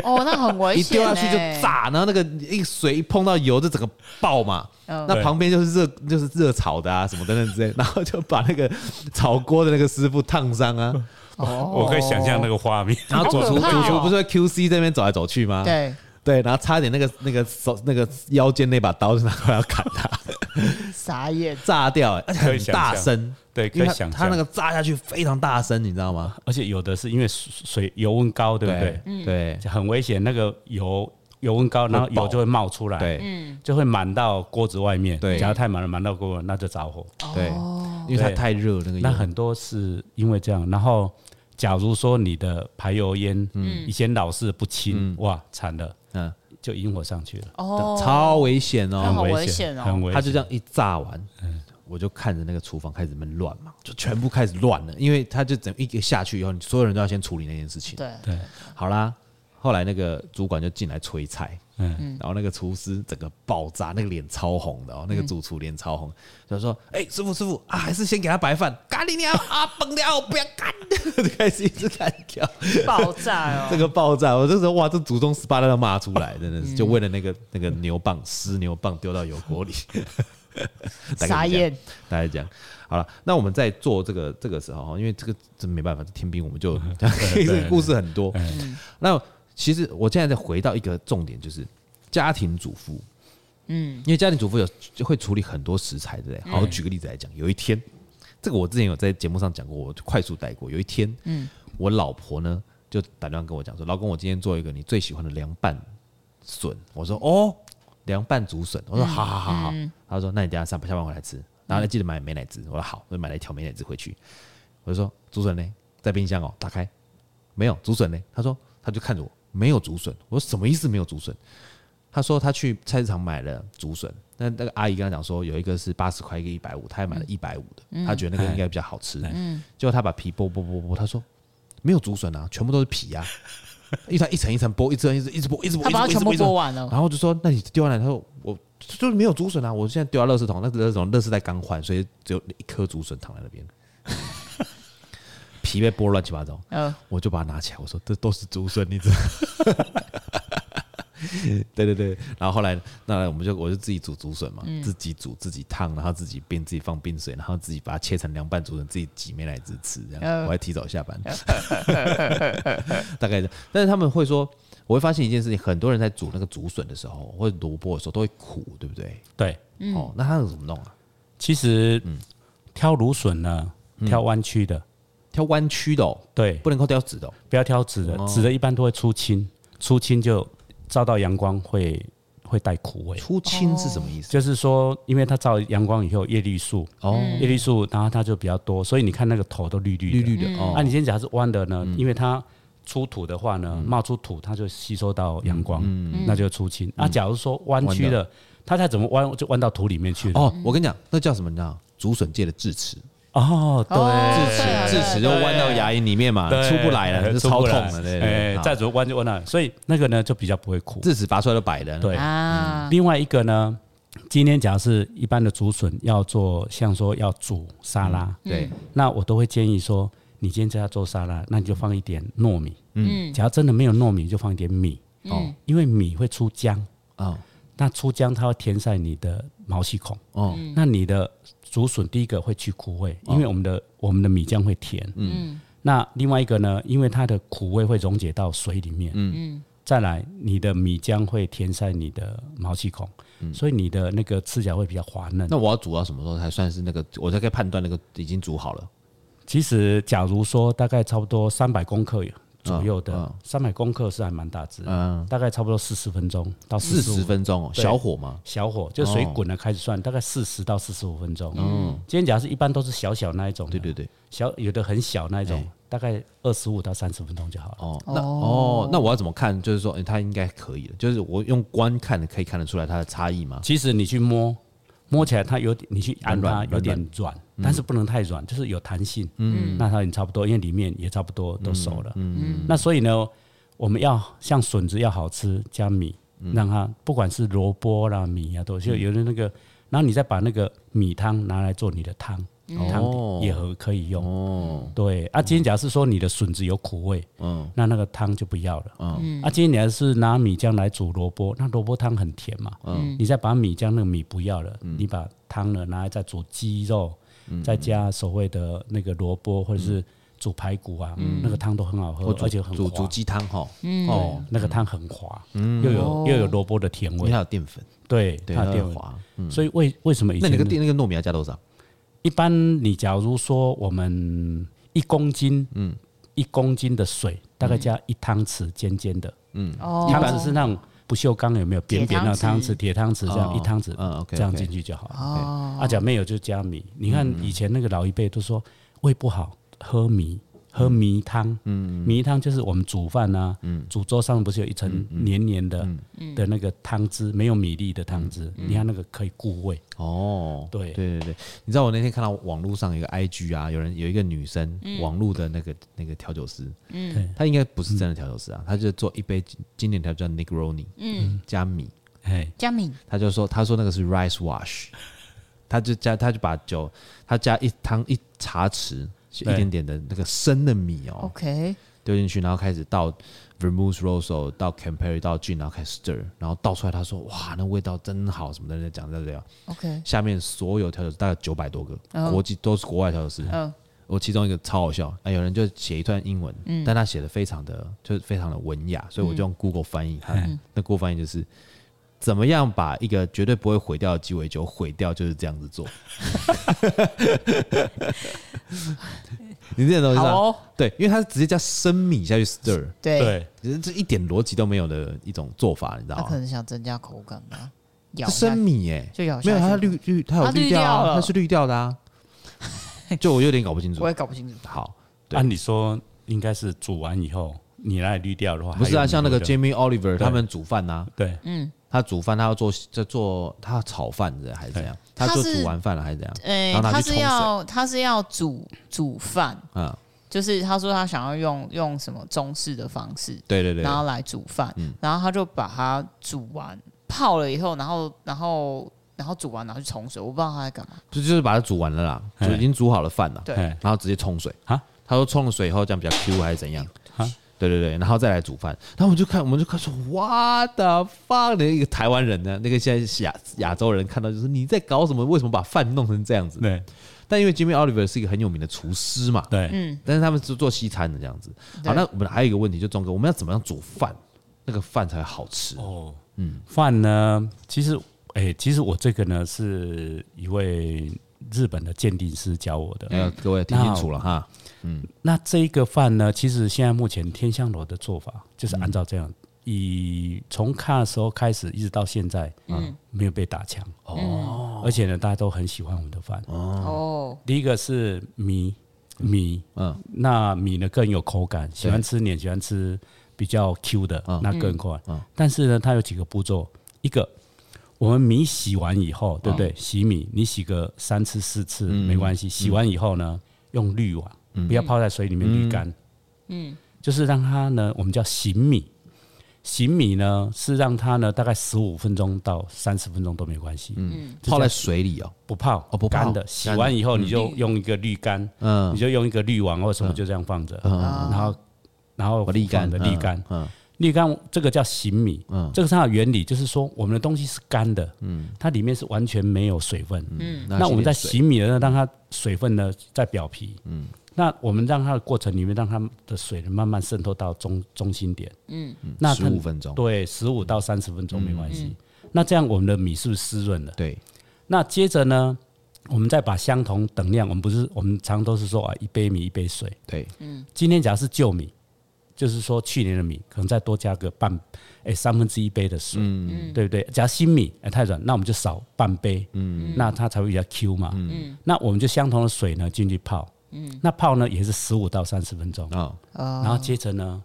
B: 哦，那很危
A: 一
B: 险， <laughs> 欸
A: 丢下去就，炸，然后那个一水一碰到油就整个爆嘛。
B: 嗯，
A: 那旁边就是热，就是热炒的啊，什么等等之类， <laughs> 然后就把那个炒锅的那个师傅烫伤
C: <laughs>
A: 啊，
B: 哦
C: 我可以想象那个画面，
A: 然后主厨
B: 好可怕
A: 主
B: 哦
A: 厨不是会 QC 这边走来走去吗？
B: 对，
A: 对，然后差点那个那个手那个腰间那把刀就拿过来要砍他， <laughs>
B: 傻眼，
A: 炸掉、欸，而且
C: 可以
A: 很
C: 想
A: 大
C: 象
A: 声，
C: 对，
A: 因
C: 可
A: 为
C: 以
A: 它
C: 想
A: 它那
C: 象。
A: 个炸下去非常大声，你知道吗？
C: 而且有的是因为水水油温高，对不对？
A: 对？对
C: 就很危险，那个油油温高，然后
A: 会爆
C: 油就会冒出来，，
A: 对
B: 嗯
C: 就会满到锅子外面。
A: 对
C: 假如太满了，满到锅那就着火。
A: 对，
B: 哦
A: 因为它
C: 对
A: 太热了那个
C: 那
A: 油
C: 很多是因为这样，然后假如说你的排油烟，以前老是不清，哇，惨了，
A: 嗯
C: 就引火上去了，
B: 哦，
A: 超危险
B: 那
A: 哦
B: 好。
C: 很
B: 危
C: 危
B: 险哦
C: 很危险。
A: 他就这样一炸完，我就看着那个厨房开始闷乱嘛，就全部开始乱了，因为他就整一个下去以后，你所有人都要先处理那件事情。
B: 对，
C: 对，
A: 好啦，后来那个主管就进来催菜，
C: 嗯，
A: 然后那个厨师整个爆炸，那个脸超红的哦，那个主厨脸超红，就说：“哎、师傅师傅啊，还是先给他白饭，咖喱鸟啊，崩掉不要干， <laughs> 就开始一直干掉。”
B: 爆炸哦，
A: 这个爆炸，我这时候哇，这祖宗十八代都骂出来，真的是就为了那个那个牛蒡湿牛蒡丢到油锅里，大概是这样
B: 傻眼，
A: 大概讲好了。那我们在做这个这个时候，因为这个真没办法，这天兵我们就 <laughs> 这个故事很多。那其实我现在再回到一个重点，就是家庭主妇。嗯，因为家庭主妇有就会处理很多食材，对不对？好，我举个例子来讲，有一天，这个我之前有在节目上讲过，我就快速带过。有一天，嗯，我老婆呢就打电话跟我讲说：“老公，我今天做一个你最喜欢的凉拌笋。”我说：“哦，凉拌竹笋。”我说：“好好好好。他说：“那你等一下上下班回来吃，然后呢记得买美乃滋。”我说：“好。”我就买了一条美乃滋回去。我就说：“竹笋呢？在冰箱哦，打开没有竹笋呢？”他说：“他就看着我，没有竹笋。”我说：“什么意思？没有竹笋？”他说他去菜市场买了竹笋，那那个阿姨跟他讲说有一个是八十块，一个一百五，他还买了一百五的，他觉得那个应该比较好吃。嗯，结果他把皮剥剥剥剥，他说没有竹笋啊，全部都是皮啊，一层一层一层剥，一层一层一直剥，一直剥，
B: 他把它
A: 一直
B: 全部
A: 一直
B: 播完了，
A: 然后我就说：“那你丢哪里？”他说：“我就就是没有竹笋啊，我现在丢到垃圾桶，那垃圾桶垃圾袋刚换，所以只有一颗竹笋躺在那边， <laughs> 皮被剥乱七八糟。
B: 嗯，
A: 我就把它拿起来，我说：“这都是竹笋，你知道？” <laughs> 对对对，然后后来，那我们就我就自己煮竹笋嘛，自己煮自己烫，然后自己冰，自己放冰水，然后自己把它切成凉拌竹笋，自己挤美奶滋吃，这样。
B: 呃
A: 我还提早下班， <laughs> 大概这样。但是他们会说，我会发现一件事情，很多人在煮那个竹笋的时候，或者萝卜的时候都会苦，对不对？
C: 对。
A: 哦，那他怎么弄啊？
C: 其实
A: 嗯
C: 挑芦笋呢，挑弯曲的，
A: 挑弯曲的哦，
C: 对，
A: 不能够挑直的哦。
C: 不要挑紫的，紫的一般都会出青，出青就照到阳光会会带苦味。
A: 出青是什么意思？
C: 就是说，因为它照阳光以后，叶绿素，
A: 哦，
C: 叶绿素，然后它就比较多，所以你看那个头都绿绿的。
A: 绿绿的哦嗯
C: 啊，，你今天假如是弯的呢，因为它出土的话呢，冒出土，它就吸收到阳光，
A: 嗯
C: 那就出青。那假如说弯曲的，它再怎么弯就弯到土里面去了。
B: 嗯
A: 哦，我跟你讲，那叫什么？你知道，竹笋界的智齿，
C: 哦，对，
B: 智齿
A: 智齿就弯到牙龈里面嘛，
C: 对
A: 出不来了，就
C: 出
A: 超
C: 不
A: 痛
C: 来
A: 了。对对
C: 哎，
A: 对，
C: 再
A: 好
C: 怎么弯就弯到，所以那个呢就比较不会苦。
A: 智齿拔出来都白的。
C: 对，
B: 啊，
C: 另外一个呢，今天假如是一般的竹笋要做，像说要煮沙拉，
A: 对，
C: 那我都会建议说，你今天在家做沙拉，那你就放一点糯米。
B: 嗯
C: 假如真的没有糯米，就放一点米，
A: 哦
C: 因为米会出浆，
A: 哦
C: 那出浆它会填塞你的毛细孔，
A: 哦，
B: 嗯
C: 那你的竹笋第一个会去苦味，因为我们的、我们的米浆会甜。
B: 哦嗯
C: 那另外一个呢，因为它的苦味会溶解到水里面，
B: 嗯，
C: 再来，你的米浆会填塞你的毛细孔，
B: 嗯
C: 所以你的那个吃起来会比较滑嫩。
A: 那我要煮到什么时候才算是那个？我才可以判断那个已经煮好了。
C: 其实，假如说大概差不多三百公克左右
A: 嗯
C: 的，三百、公克是还蛮大只的，
A: 嗯，
C: 大概差不多四十分钟到
A: 四
C: 45
A: 十分钟哦，
C: 对
A: 小火嘛。
C: 小火就水滚了开始算，大概四十到四十五分钟。嗯，今天假是一般都是小小那一种
A: 对
C: 的，
A: 哎对对，
C: 小有的很小那一种，大概二十五到三十分钟就好了。
A: 哦，那哦，那我要怎么看？就是说，哎它应该可以了。就是我用观看的可以看得出来它的差异吗？
C: 其实你去摸，摸起来它有点，你去按
A: 软
C: 它
A: 软
C: 有点软，但是不能太软，就是有弹性。嗯，那它也差不多，因为里面也差不多都熟了。嗯，那所以呢，我们要像笋子要好吃，加米，让它不管是萝卜啦、米啊，都就有的那个，然后你再把那个米汤拿来做你的汤，
B: 嗯
A: 哦
C: 汤也和可以用。
A: 哦，
C: 对啊，今天假如是说你的笋子有苦味，
A: 嗯
C: 那那个汤就不要了。
A: 嗯
C: 啊，今天你还是拿米浆来煮萝卜，那萝卜汤很甜嘛。
B: 嗯
C: 你再把米浆那个米不要了，
A: 嗯
C: 你把汤呢拿来再煮鸡肉，再加所谓的那个萝卜或者是煮排骨啊，那个汤都很好喝
A: 我，嗯哦煮
C: 而且很
A: 煮煮
C: 滑。
A: 鸡汤哈，
B: 嗯
A: 哦，
C: 那个汤很滑，又有又有萝卜的甜
A: 因为
C: 味
A: 它。有淀粉。
C: 对，
A: 对，
C: 它
A: 它
C: 的
A: 会
C: 淀粉。
A: 滑。嗯
C: 所以为为什么以
A: 那你
C: 前
A: 跟那个糯米要加多少？
C: 一般你假如说我们一公斤，嗯，一公斤的水
A: 嗯
C: 大概加一汤匙尖尖的，
B: 哦
C: 汤匙是那种不锈钢有没有扁扁那种
B: 铁汤
C: 汤
B: 匙
C: 匙，铁汤匙这样
A: 哦
C: 一汤匙
A: 嗯，OK，
C: 这样
A: OK 嗯
C: 进去就好了。
B: 哦，
C: 啊，假没有就加米。你看以前那个老一辈都说胃不好喝米，喝米汤。
A: 嗯
C: 米汤就是我们煮饭啊，煮粥上不是有一
A: 嗯
C: 层黏黏的的那个汤汁，没有米粒的汤
A: 嗯
C: 汁。你看那个可以固胃。
A: 哦，
C: 对
A: 对对对，你知道我那天看到网络上有一个 IG 啊，有人有一个女生，网络的那个那个调酒师，嗯
C: 对，
A: 她应该不是真的调酒师啊，她就做一杯经经典调酒叫 Negroni，嗯，加米，
C: 哎，
B: 加米
A: 她就说她说那个是 rice wash，她 <laughs> 就加她就把酒，她加一汤一茶匙。就一
C: 对
A: 点点的那个生的米哦，
B: ，OK，
A: 丢进去，然后开始倒 vermouth rosso，到 campari，到 gin，然后开始 stir，然后倒出来，他说哇，那味道真好，什么的在讲在这样。
B: OK，
A: 下面所有调酒师大概九百多个，
B: 嗯
A: 国际都是国外调酒师。
B: 嗯
A: 我其中一个超好笑，啊，有人就写一段英文，
B: 嗯
A: 但他写的非常的就是非常的文雅，所以我就用 Google 翻译。他
B: 嗯
A: 那 Google 翻译就是怎么样把一个绝对不会毁掉的鸡尾酒毁掉，就是这样子
B: <laughs>
A: 做。你这种东西
B: 好
A: 啊，
B: 哦，
A: 对，因为他是直接加生米下去 stir，
B: 对，
C: 对，
A: 其实这一点逻辑都没有的一种做法，你知
B: 他
A: 道
B: 可
A: 吗？
B: 能想增加口感吧，咬
A: 是
B: 下
A: 生米哎、
B: 就咬下去
A: 没有它绿绿，它有
B: 它绿
A: 绿调
B: 掉
A: 啊，
B: 了
A: 它是绿调的
B: <laughs>
A: 啊。就我有点搞不清楚
B: 我。也搞不清楚，
A: 好，对
C: 按理说应该是煮完以后你来滤掉的话，
A: 不是
C: 还
A: 啊，
C: 有
A: 像那个
C: 米的
A: Jamie Oliver
C: 对
A: 他们煮饭呐、
C: 对
A: 他煮饭他要做在做他炒饭的还是怎样？他
B: 他
A: 做
B: 是
A: 煮完饭了还是怎样？
B: 哎
A: 然，后拿
B: 他
A: 去
B: 是
A: 冲水
B: 要他是要煮煮饭，
A: 嗯，
B: 就是他说他想要用用什么中式的方式，
A: 对对对
B: 然，后来煮饭，
A: 嗯
B: 然后他就把它煮完泡了以后，然后然后然后煮完拿去冲水，我不知道他在干嘛。
A: 就就是把它煮完了啦，
C: 哎
A: 就已经煮好了饭了，
B: 对
C: 哎
A: 然后直接冲水
C: 啊。
A: 他说冲了水以后这样比较 Q 还是怎样？
C: 啊
A: 对对对，然后再来煮饭，然后我们就看，我们就看说，哇的 fuck 的一个台湾人呢，那个现在是亚亚洲人看到就是你在搞什么？为什么把饭弄成这样子？
C: 对
A: 但因为 Jimmy Oliver 是一个很有名的厨师嘛，
C: 对，
A: 但是他们是做西餐的这样子。好，
B: 对
A: 那我们还有一个问题，就钟哥，我们要怎么样煮饭，那个饭才会好吃？
C: 哦，嗯，饭呢，其实，哎、其实我这个呢是一位日本的鉴定师教我的。
A: 要哎各位听清楚了哈，
C: 那这一个饭呢，其实现在目前天香楼的做法就是按照这样，以从看的时候开始一直到现在，嗯，没有被打枪哦，而且呢，大家都很喜欢我们的饭。
B: 哦，
C: 第一个是米米，
A: 嗯
C: 嗯，那米呢更有口感，喜欢吃脸，喜欢吃比较 Q 的，那更快。但是呢，它有几个步骤，一个我们米洗完以后，对不对？洗米你洗个三次四次没关系，洗完以后呢，用滤网，不要泡在水里面滤嗯干，嗯，就是让它呢，我们叫醒米。醒米呢，是让它呢大概十五分钟到三十分钟都没关系，嗯，
A: 泡在水里哦，
C: 不泡，
A: 哦不泡
C: 干的，洗
A: 干的
C: 完以后你就用一个滤竿，
A: 嗯
C: 你就用一个滤网或者什么就这样放着，然后然后
A: 我哦沥干
C: 放着沥干，
A: 嗯，
C: 沥干这个叫醒米，这个是它的原理，就是说我们的东西是干的，它里面是完全没有水分，
A: 嗯
C: 那我们在
A: 要洗点
C: 醒米的呢，让它水分呢在表皮，
A: 嗯
C: 那我们让它的过程里面，让它的水呢慢慢渗透到中中心点，那
A: 水
C: 它
A: 15分钟
C: 对，十五到三十分钟没关系。那这样我们的米是不是湿润了？
A: 对，
C: 那接着呢，我们再把相同等量，我们不是我们常都是说啊，一杯米一杯水。
A: 对，
C: 今天假如是旧米，就是说去年的米，可能再多加个半，哎、三分之一杯的水，对不对？假如新米哎、太软，那我们就少半杯，那它才会比较 Q 嘛，那我们就相同的水呢进去泡，那泡呢也是十五到三十分钟，
A: 啊，
B: 呃
C: 然后接着呢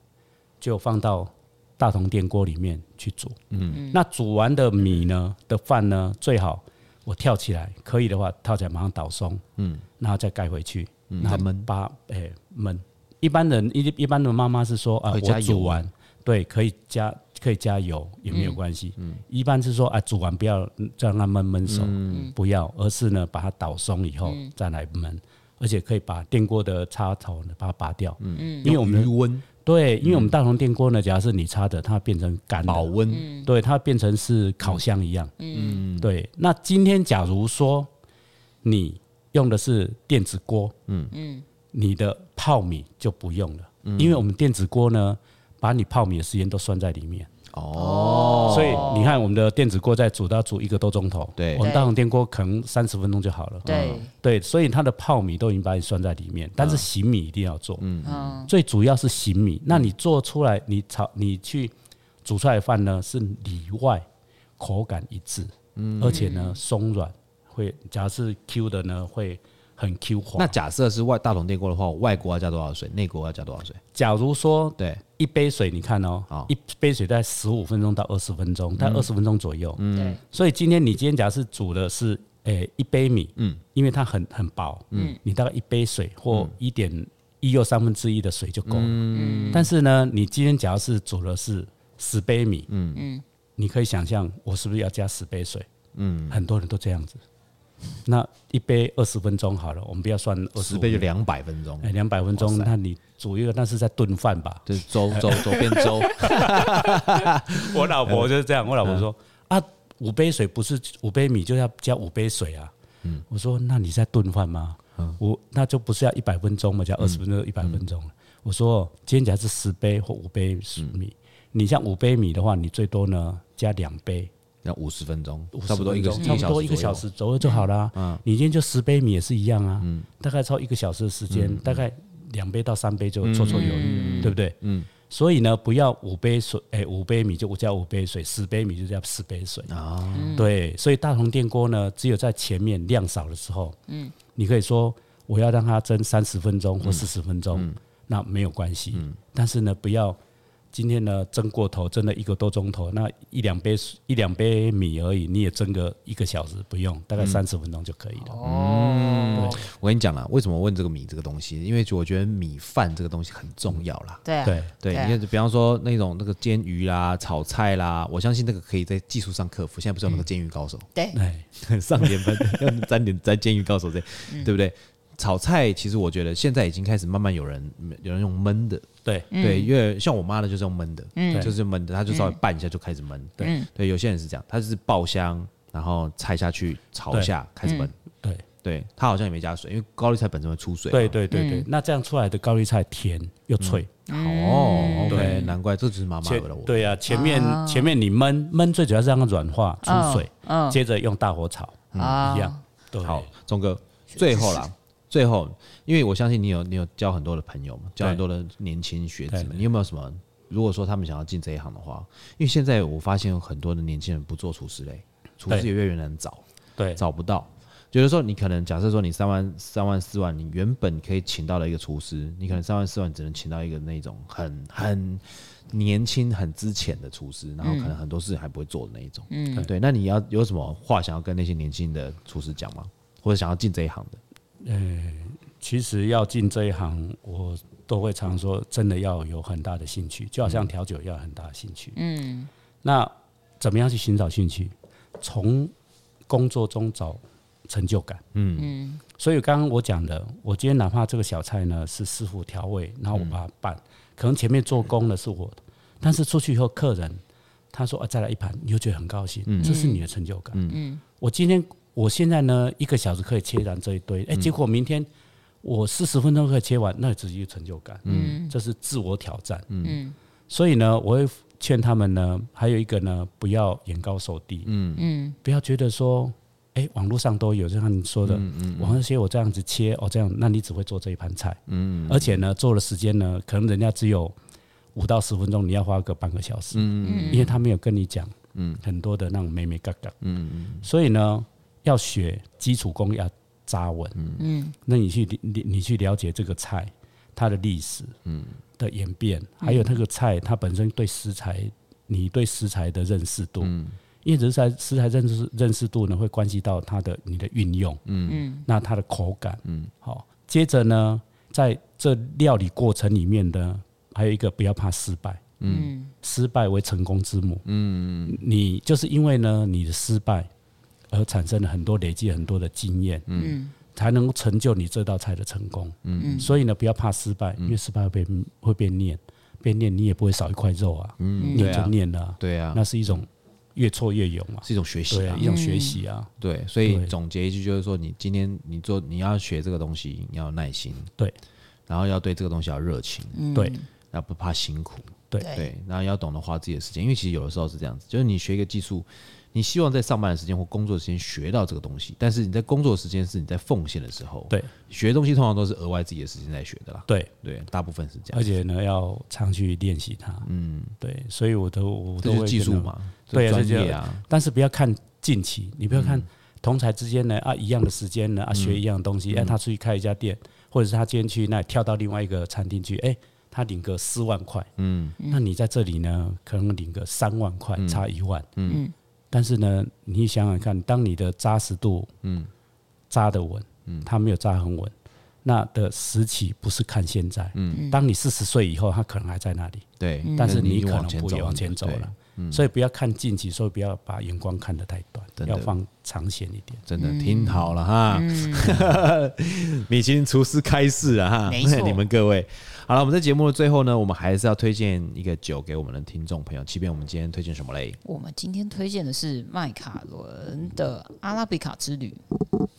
C: 就放到大同电锅里面去煮。嗯，那煮完的米呢的饭呢，最好我跳起来，可以的话跳起来马上倒松，嗯，然后再盖回去，
A: 嗯
C: 然后
A: 再焖
C: 把哎焖。一般人一一般的妈妈是说啊
A: 会，加
C: 我
A: 油
C: 煮完对可以加。可以加油也没有关系，嗯，一般是说啊，煮完不要嗯让它焖焖熟，
A: 嗯
C: 不要，而是呢把它倒松以后再来焖，而且可以把电锅的插头呢把它拔掉，嗯，因为我们
A: 余温
C: 对，因为我们大同电锅呢，假如是你插的，它变成干
A: 保
C: 的，
A: 温，
C: 对，它变成是烤箱一样。嗯，对。那今天假如说你用的是电子锅，嗯嗯，你的泡米就不用了，因为我们电子锅呢，把你泡米的时间都算在里面。
A: 哦，哦
C: 所以你看我们的电子锅在煮都要煮一个多钟头，
A: 对嗯
C: 我们大同电锅可能三十分钟就好了。
B: 对，
C: 对，所以它的泡米都已经把你算在里面，但是醒米一定要做，
B: 嗯，
C: 最主要是醒
A: 嗯
C: 米。那你做出来，你炒你去煮出来的饭呢，是里外口感一致，
A: 嗯
C: 而且呢松软，会假如是 Q 的呢会很 Q 滑。
A: 那假设是外大桶电锅的话，我外锅要加多少水？内锅要加多少水？
C: 假如说
A: 对，
C: 一杯水，你看哦，
A: 好
C: 一杯水在十五分钟到二十分钟，
A: 嗯
C: 在二十分钟左右。
B: 对，
C: 所以今天你今天假设煮的是诶、一杯米，
A: 嗯嗯
C: 嗯，因为它很很薄，嗯，你大概一杯水或一点一又三分之一的水就够了。
B: 嗯，
C: 但是呢，你今天假设是煮的是十杯米，嗯
B: 嗯
C: 嗯，你可以想象我是不是要加十杯水？
A: 嗯，
C: 很多人都这样子。那一杯二十分钟好了，我们不要算二
A: 十杯就两百分钟，
C: 哎两百分钟，
A: 哇塞
C: 那你煮一个那是在炖饭吧？
A: 就是粥粥粥变粥， <laughs>
C: <laughs> 我老婆就是这样，我老婆说、啊，五杯水不是五杯米就要加五杯水啊。我说那你在炖饭吗？我那就不是要一百分钟嘛，加二十分钟一百分钟了。我说今天假设十杯或五杯米，你像五杯米的话，你最多呢加两杯，
A: 那五十分钟
C: 50，
A: 差不多一个
C: 分钟差不多一个
A: 左
C: 小
A: 右。嗯
C: 时左右就好啦。你今天就十杯米也是一样啊，大概超一个小时的时间，大概两杯到三杯就绰绰有余了，对不对？
A: 嗯嗯
C: 所以呢，不要五杯水，哎、五杯米就加五杯水，十杯米就加十杯水。
A: 啊，
C: 对，所以大同电锅呢，只有在前面量少的时候，嗯，你可以说我要让它蒸三十分钟
A: 嗯
C: 或四十分钟，那没有关系。但是呢，不要今天呢蒸过头，蒸了一个多钟头，那一两杯水一两杯米而已，你也蒸个一个小时，不用，大概三十分钟就可以了。
B: 哦，
A: 我跟你讲啦，为什么问这个米这个东西？因为我觉得米饭这个东西很重要啦。
B: 对啊，
C: 对，
A: 对，
B: 对啊
A: 因为比方说那种那个煎鱼啦、炒菜啦，我相信那个可以在技术上克服。现在不是有那个煎鱼高手， <laughs>
B: 对，
C: 哎，
A: 上点班要沾点沾煎鱼高手这，
B: 嗯
A: 对不对？炒菜其实我觉得现在已经开始慢慢有人有人用焖的，
C: 对，
A: 对，因为像我妈呢就是用焖的，
B: 嗯
A: 就是焖的，她就稍微拌一下就开始焖。
B: 嗯
A: 对，对，有些人是这样，她就是爆香，然后菜下去炒一下开始
B: 嗯
A: 焖。
C: 对，
A: 对，她好像也没加水，因为高丽菜本身会出水嘛。
C: 对，对，对，
B: 嗯
C: 对。那这样出来的高丽菜甜又脆，
A: 哦，OK，
C: 嗯对
A: 难怪这就是妈妈
C: 前
A: 惹了我。
C: 对啊，前面、
B: 哦
C: 前面你焖焖，最主要是让它软化出
B: 嗯
C: 水，
B: 嗯
C: 接着用大火炒，
A: 嗯
B: 啊
C: 一样。对，
A: 好，钟哥，最后啦，最后，因为我相信你有你有交很多的朋友嘛，交
C: 对
A: 很多的年轻学子
C: 对
A: 们，你有没有什么？如果说他们想要进这一行的话，因为现在我发现有很多的年轻人不做厨师类，厨师
C: 对
A: 也越来越难找，
C: 对，
A: 找不到。就是说，你可能假设说你三万、三万、四万，你原本可以请到的一个厨师，你可
C: 嗯
A: 能三万、四万只能请到一个那种很很年轻、很之前的厨师，然
C: 嗯
A: 后可能很多事情还不会做的那一种。嗯，对。那你要有什么话想要跟那些年轻的厨师讲吗？或者想要进这一行的？
C: 其实要进这一行，我都会常说，真的要有很大的兴趣，就好像调酒要有很大的兴趣。嗯，那怎么样去寻找兴趣？从工作中找成就感。嗯嗯。所以刚刚我讲的，我今天哪怕这个小菜呢是师傅调味，然后我把它拌，可能前面做工的是我的，但是出去以后客人他说啊再来一盘，你就觉得很高兴，这是你的成就感。嗯嗯。我今天我现在呢一个小时可以切完这一堆，哎、结果明天。我四十分钟可以切完，那只是一个成就感。嗯，这是自我挑战。
B: 嗯
C: 所以呢，我会劝他们呢，还有一个呢，不要眼高手低。嗯嗯，不要觉得说，哎、网络上都有，就像你说的，网上些我这样子切，哦，这样，那你只会做这一盘菜。嗯，而且呢，做的时间呢，可能人家只有五到十分钟，你要花个半个小时。嗯，因为他没有跟你讲，嗯，很多的那种美美嘎嘎。嗯嗯，所以呢，要学基础功要扎稳。
B: 嗯
C: 那你去你你去了解这个菜它的历史，嗯，的演变，还有那个菜它本身对食材，你对食材的认识度，因为食材食材认识认识度呢，会关系到它的你的运用，
B: 嗯
C: 那它的口感，嗯，好，接着呢，在这料理过程里面呢，还有一个不要怕失败，
B: 嗯
C: 失败为成功之母。嗯，你就是因为呢你的失败而产生了很多累积很多的经验，
B: 嗯
C: 才能够成就你这道菜的成功。
B: 嗯
C: 所以呢，不要怕失败，
A: 嗯
C: 因为失败会被会被念，被念你也不会少一块肉啊，
A: 嗯对
C: 念就
A: 啊，
C: 念了啊、
A: 对啊
C: 那，是一种越挫越勇嘛，
A: 是一种学习
C: 对啊，
A: 啊
B: 嗯
C: 一。种学习啊，
A: 对，所以
C: 对
A: 总结一句就是说，你今天你做你要学这个东西，你要有耐心，
C: 对，
A: 然后要对这个东西要有热情，
B: 嗯，
C: 对
A: 要不怕辛苦，
C: 对
B: 对
A: 对，然后要懂得花自己的时间，因为其实有的时候是这样子，就是你学一个技术，你希望在上班的时间或工作的时间学到这个东西，但是你在工作的时间是你在奉献的时候，
C: 对，
A: 学东西通常都是额外自己的时间在学的啦，
C: 对，
A: 对，啊大部分是这样，
C: 而且呢要常去练习它，嗯，对，所以我都我
A: 这
C: 都
A: 就
C: 会
A: 是技
C: 跟
A: 术
C: 他们，
A: 嘛，
C: 对啊
A: 这是
C: 这就
A: 专业啊，
C: 但是不要看近期，你不要看同才之间呢啊一样的时间呢啊学一样的东西，哎、他出去开一家店，或者是他今天去那里跳到另外一个餐厅去，哎、他领个四万块，
A: 嗯，
C: 那你在这里呢，可能领个三万块，差一万，嗯，但是呢，你想想看，当你的扎实度，嗯，扎得稳，嗯，它没有扎很稳，那的时期不是看现在，嗯，当你四十岁以后，它可能还在那里，
A: 对，
C: 但是
A: 你已
C: 你
A: 经
C: 可能
A: 前
C: 不
A: 走
C: 会
A: 了
C: 往前走
A: 对嗯
C: 了，所以不要看近期，所以不要把眼光看得太
A: 真
C: 短，
A: 的
C: 要放长线一点。
A: 真的听好了哈， <laughs> 米其林厨师开示了哈，
B: 嗯没错
A: <laughs> 你们各位。好了，我们在节目的最后呢，我们还是要推荐一个酒给我们的听众朋友。即便我们今天推荐什么嘞？ <laughs>
B: 我们今天推荐的是麦卡伦的阿拉比卡之旅。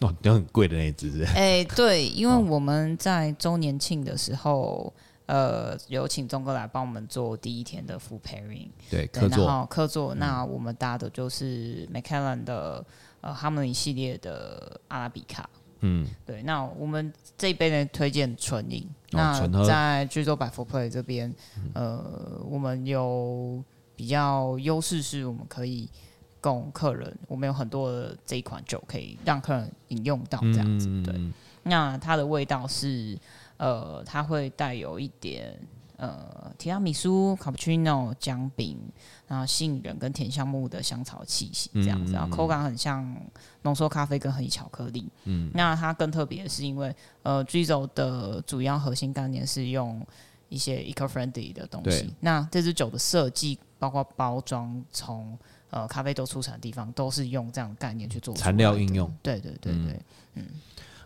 A: 哦，你要很贵的那一只是不是
B: 哎、对，因为我们在周年庆的时候，呃，有请钟哥来帮我们做第一天的 full pairing，
A: 对，
B: 对，
A: 客
B: 然
A: 座嗯
B: 后客座，那我们搭的就是 McAllen 的呃 Harmony 系列的阿拉比卡。
A: 嗯，
B: 对，那我们这一杯呢推荐纯饮。
A: 哦纯喝嗯
B: 那在巨州百福 Play 这边，呃，我们有比较优势是我们可以供客人，我们有很多的这一款酒可以让客人饮用到这样子。
A: 嗯
B: 对，那它的味道是呃，它会带有一点呃提拉米苏、卡布奇诺、姜饼，然后杏仁跟甜橡木的香草气息
A: 嗯
B: 这样子，然后口感很像浓缩咖啡跟黑巧克力。嗯，那它更特别的是因为呃 g i z o 的主要核心概念是用一些 eco friendly 的东
A: 对
B: 西。那这支酒的设计，包括包装，从呃咖啡豆出产的地方，都是用这样的概念去做出
A: 材料
B: 来的
A: 应用。
B: 对对对对。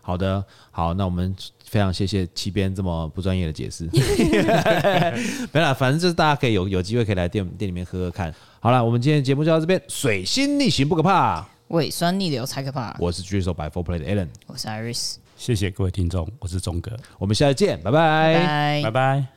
A: 好的，好，那我们非常谢谢七边这么不专业的解
B: <laughs>
A: 释。 <laughs> 没啦，反正就是大家可以有有机会可以来店店里面喝喝看。好了，我们今天的节目就到这边。水星逆行不可怕，
B: 胃酸逆流才可怕。
A: 我是举手摆 Four Play 的 Alan，
B: 我是 Iris，
C: 谢谢各位听众，我是钟哥，
A: 我们下次见，拜拜
B: 拜
C: 拜拜。